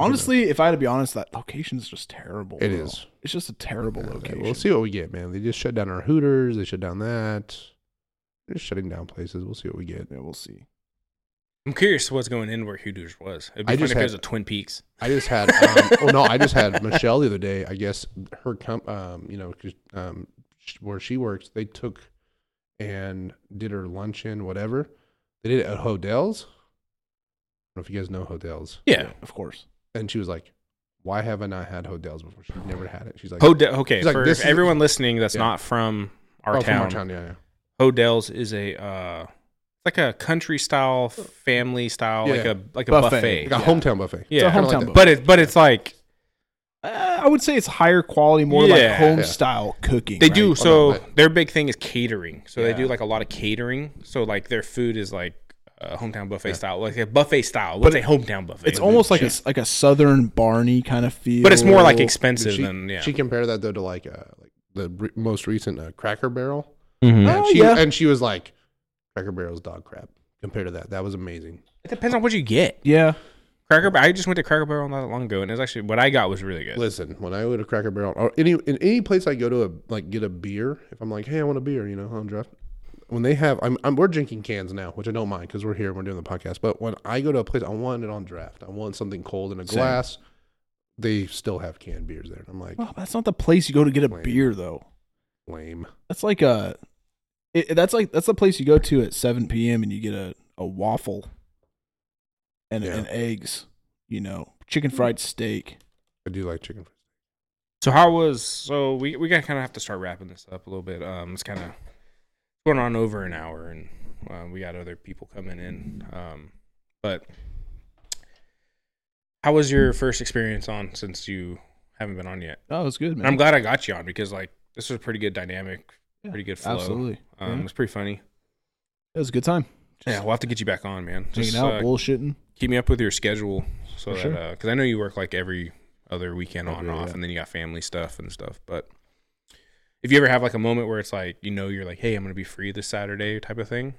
honestly, if I had to be honest, that location's just terrible.
It
bro.
is.
It's just a terrible location.
We'll see what we get, man. They just shut down our Hooters. They shut down that. They're just shutting down places. We'll see what we get.
Yeah, we'll see.
I'm curious what's going in where Hooters was. It'd be
I
funny
just
if it
had-
was a Twin Peaks.
I just had um, oh no, I just had Michelle the other day. I guess her comp, um, you know, 'cause, um, sh- where she works, they took and did her luncheon, whatever. They did it at hotels. I don't know if you guys know hotels.
Yeah,
of course.
And she was like, "Why have I not had hotels before? She's never had it." She's like,
Hodel. Okay,
He's like,
for
"This is-
everyone listening that's
Yeah.
not from
"Oh,
our,
from
town,
our town, yeah, yeah.
Hodel's is a uh, it's like a country style, family style, like
Yeah.
a like a
Buffet.
buffet.
like
Yeah.
a hometown buffet."
yeah,
it's a
kinda like that.
hometown. but
but it but it's like
uh, I would say it's higher quality, more like
Yeah.
home
Yeah.
style cooking.
they
right?
do.
no,
So
but-
their big thing is catering. So they do
Yeah.
like a lot of catering. So like their food is like uh, hometown buffet style, like a buffet style.
But
What's a hometown buffet?
It's almost like a like a southern Barney kind of feel.
but it's more like
Dude,
expensive
she,
than yeah.
She compared that though to like uh, like the re- most recent uh, Cracker Barrel.
Mhm.
And
Oh,
she,
yeah.
and she was like, Cracker Barrel's dog crap compared to that. That was amazing.
it depends on what you get.
yeah.
Cracker. Bar- I just went to Cracker Barrel not that long ago, and it was actually what I got was really good.
Listen, when I go to Cracker Barrel or any in any place I go to a, like get a beer, if I'm like, hey, I want a beer, you know, on draft. When they have, I'm, I'm we're drinking cans now, which I don't mind because we're here and we're doing the podcast. But when I go to a place, I want it on draft. I want something cold in a
Same.
glass. They still have canned beers there, and I'm like,
Well, that's not the place you go to get a
Wait.
beer though.
lame.
That's like a. It, that's like that's the place you go to at 7 p.m. and you get a, a waffle, and,
Yeah.
and eggs. You know, chicken fried steak.
I do like chicken.
So how was so we we gotta kind of have to start wrapping this up a little bit. Um, it's kind of going on over an hour, and uh, we got other people coming in. Um, but how was your first experience on since you haven't been on yet?
Oh, it's good,
And I'm glad I got you on because like this was a pretty good dynamic, pretty good flow.
Absolutely,
Um,
Yeah.
it was pretty funny.
it was a good time.
yeah, we'll have to get you back on, man.
Hanging
Just
out,
uh,
bullshitting.
keep me up with your schedule so
For
that
sure.
because I know you work like every other weekend on
Every,
and off,
yeah.
and then you got family stuff and stuff. But if you ever have like a moment where it's like you know you're like, hey, I'm gonna be free this Saturday type of thing,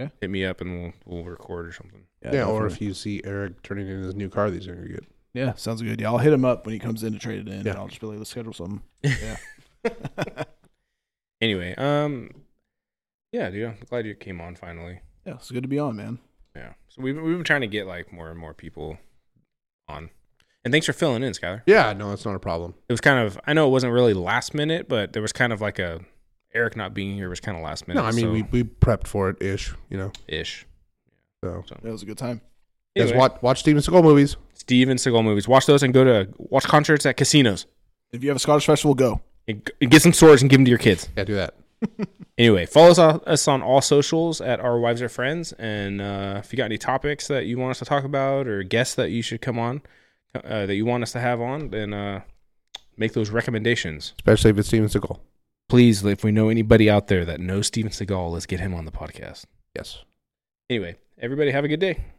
Yeah.
hit me up and we'll we'll record or something.
Yeah, or if you see Eric turning in his new car, these are gonna get.
yeah, sounds good. Yeah, I'll hit him up when he comes in to trade it in.
Yeah.
And I'll just be like, let's schedule something.
Anyway, um, yeah, dude, I'm glad you came on finally.
Yeah, it's good to be on, man.
Yeah, so we've we've been trying to get like more and more people on, and thanks for filling in, Skyler.
Yeah, no, that's not a problem.
It was kind of I know it wasn't really last minute, but there was kind of like a Eric not being here was kind of last minute.
No, I mean we, we prepped for it ish, you know.
ish.
So
That was a good time.
guys,
Anyway.
watch watch Steven Seagal movies.
Steven Seagal movies. Watch those and go to watch concerts at casinos
If you have a Scottish festival, go.
and, and get some swords and give them to your kids.
Yeah, do that.
Anyway, follow us on, us on all socials at Our Wives Are Friends. And uh, if you got any topics that you want us to talk about or guests that you should come on, uh, that you want us to have on, then uh, make those recommendations.
Especially if it's Steven Seagal.
Please, if we know anybody out there that knows Steven Seagal, let's get him on the podcast.
Yes.
Anyway, everybody have a good day.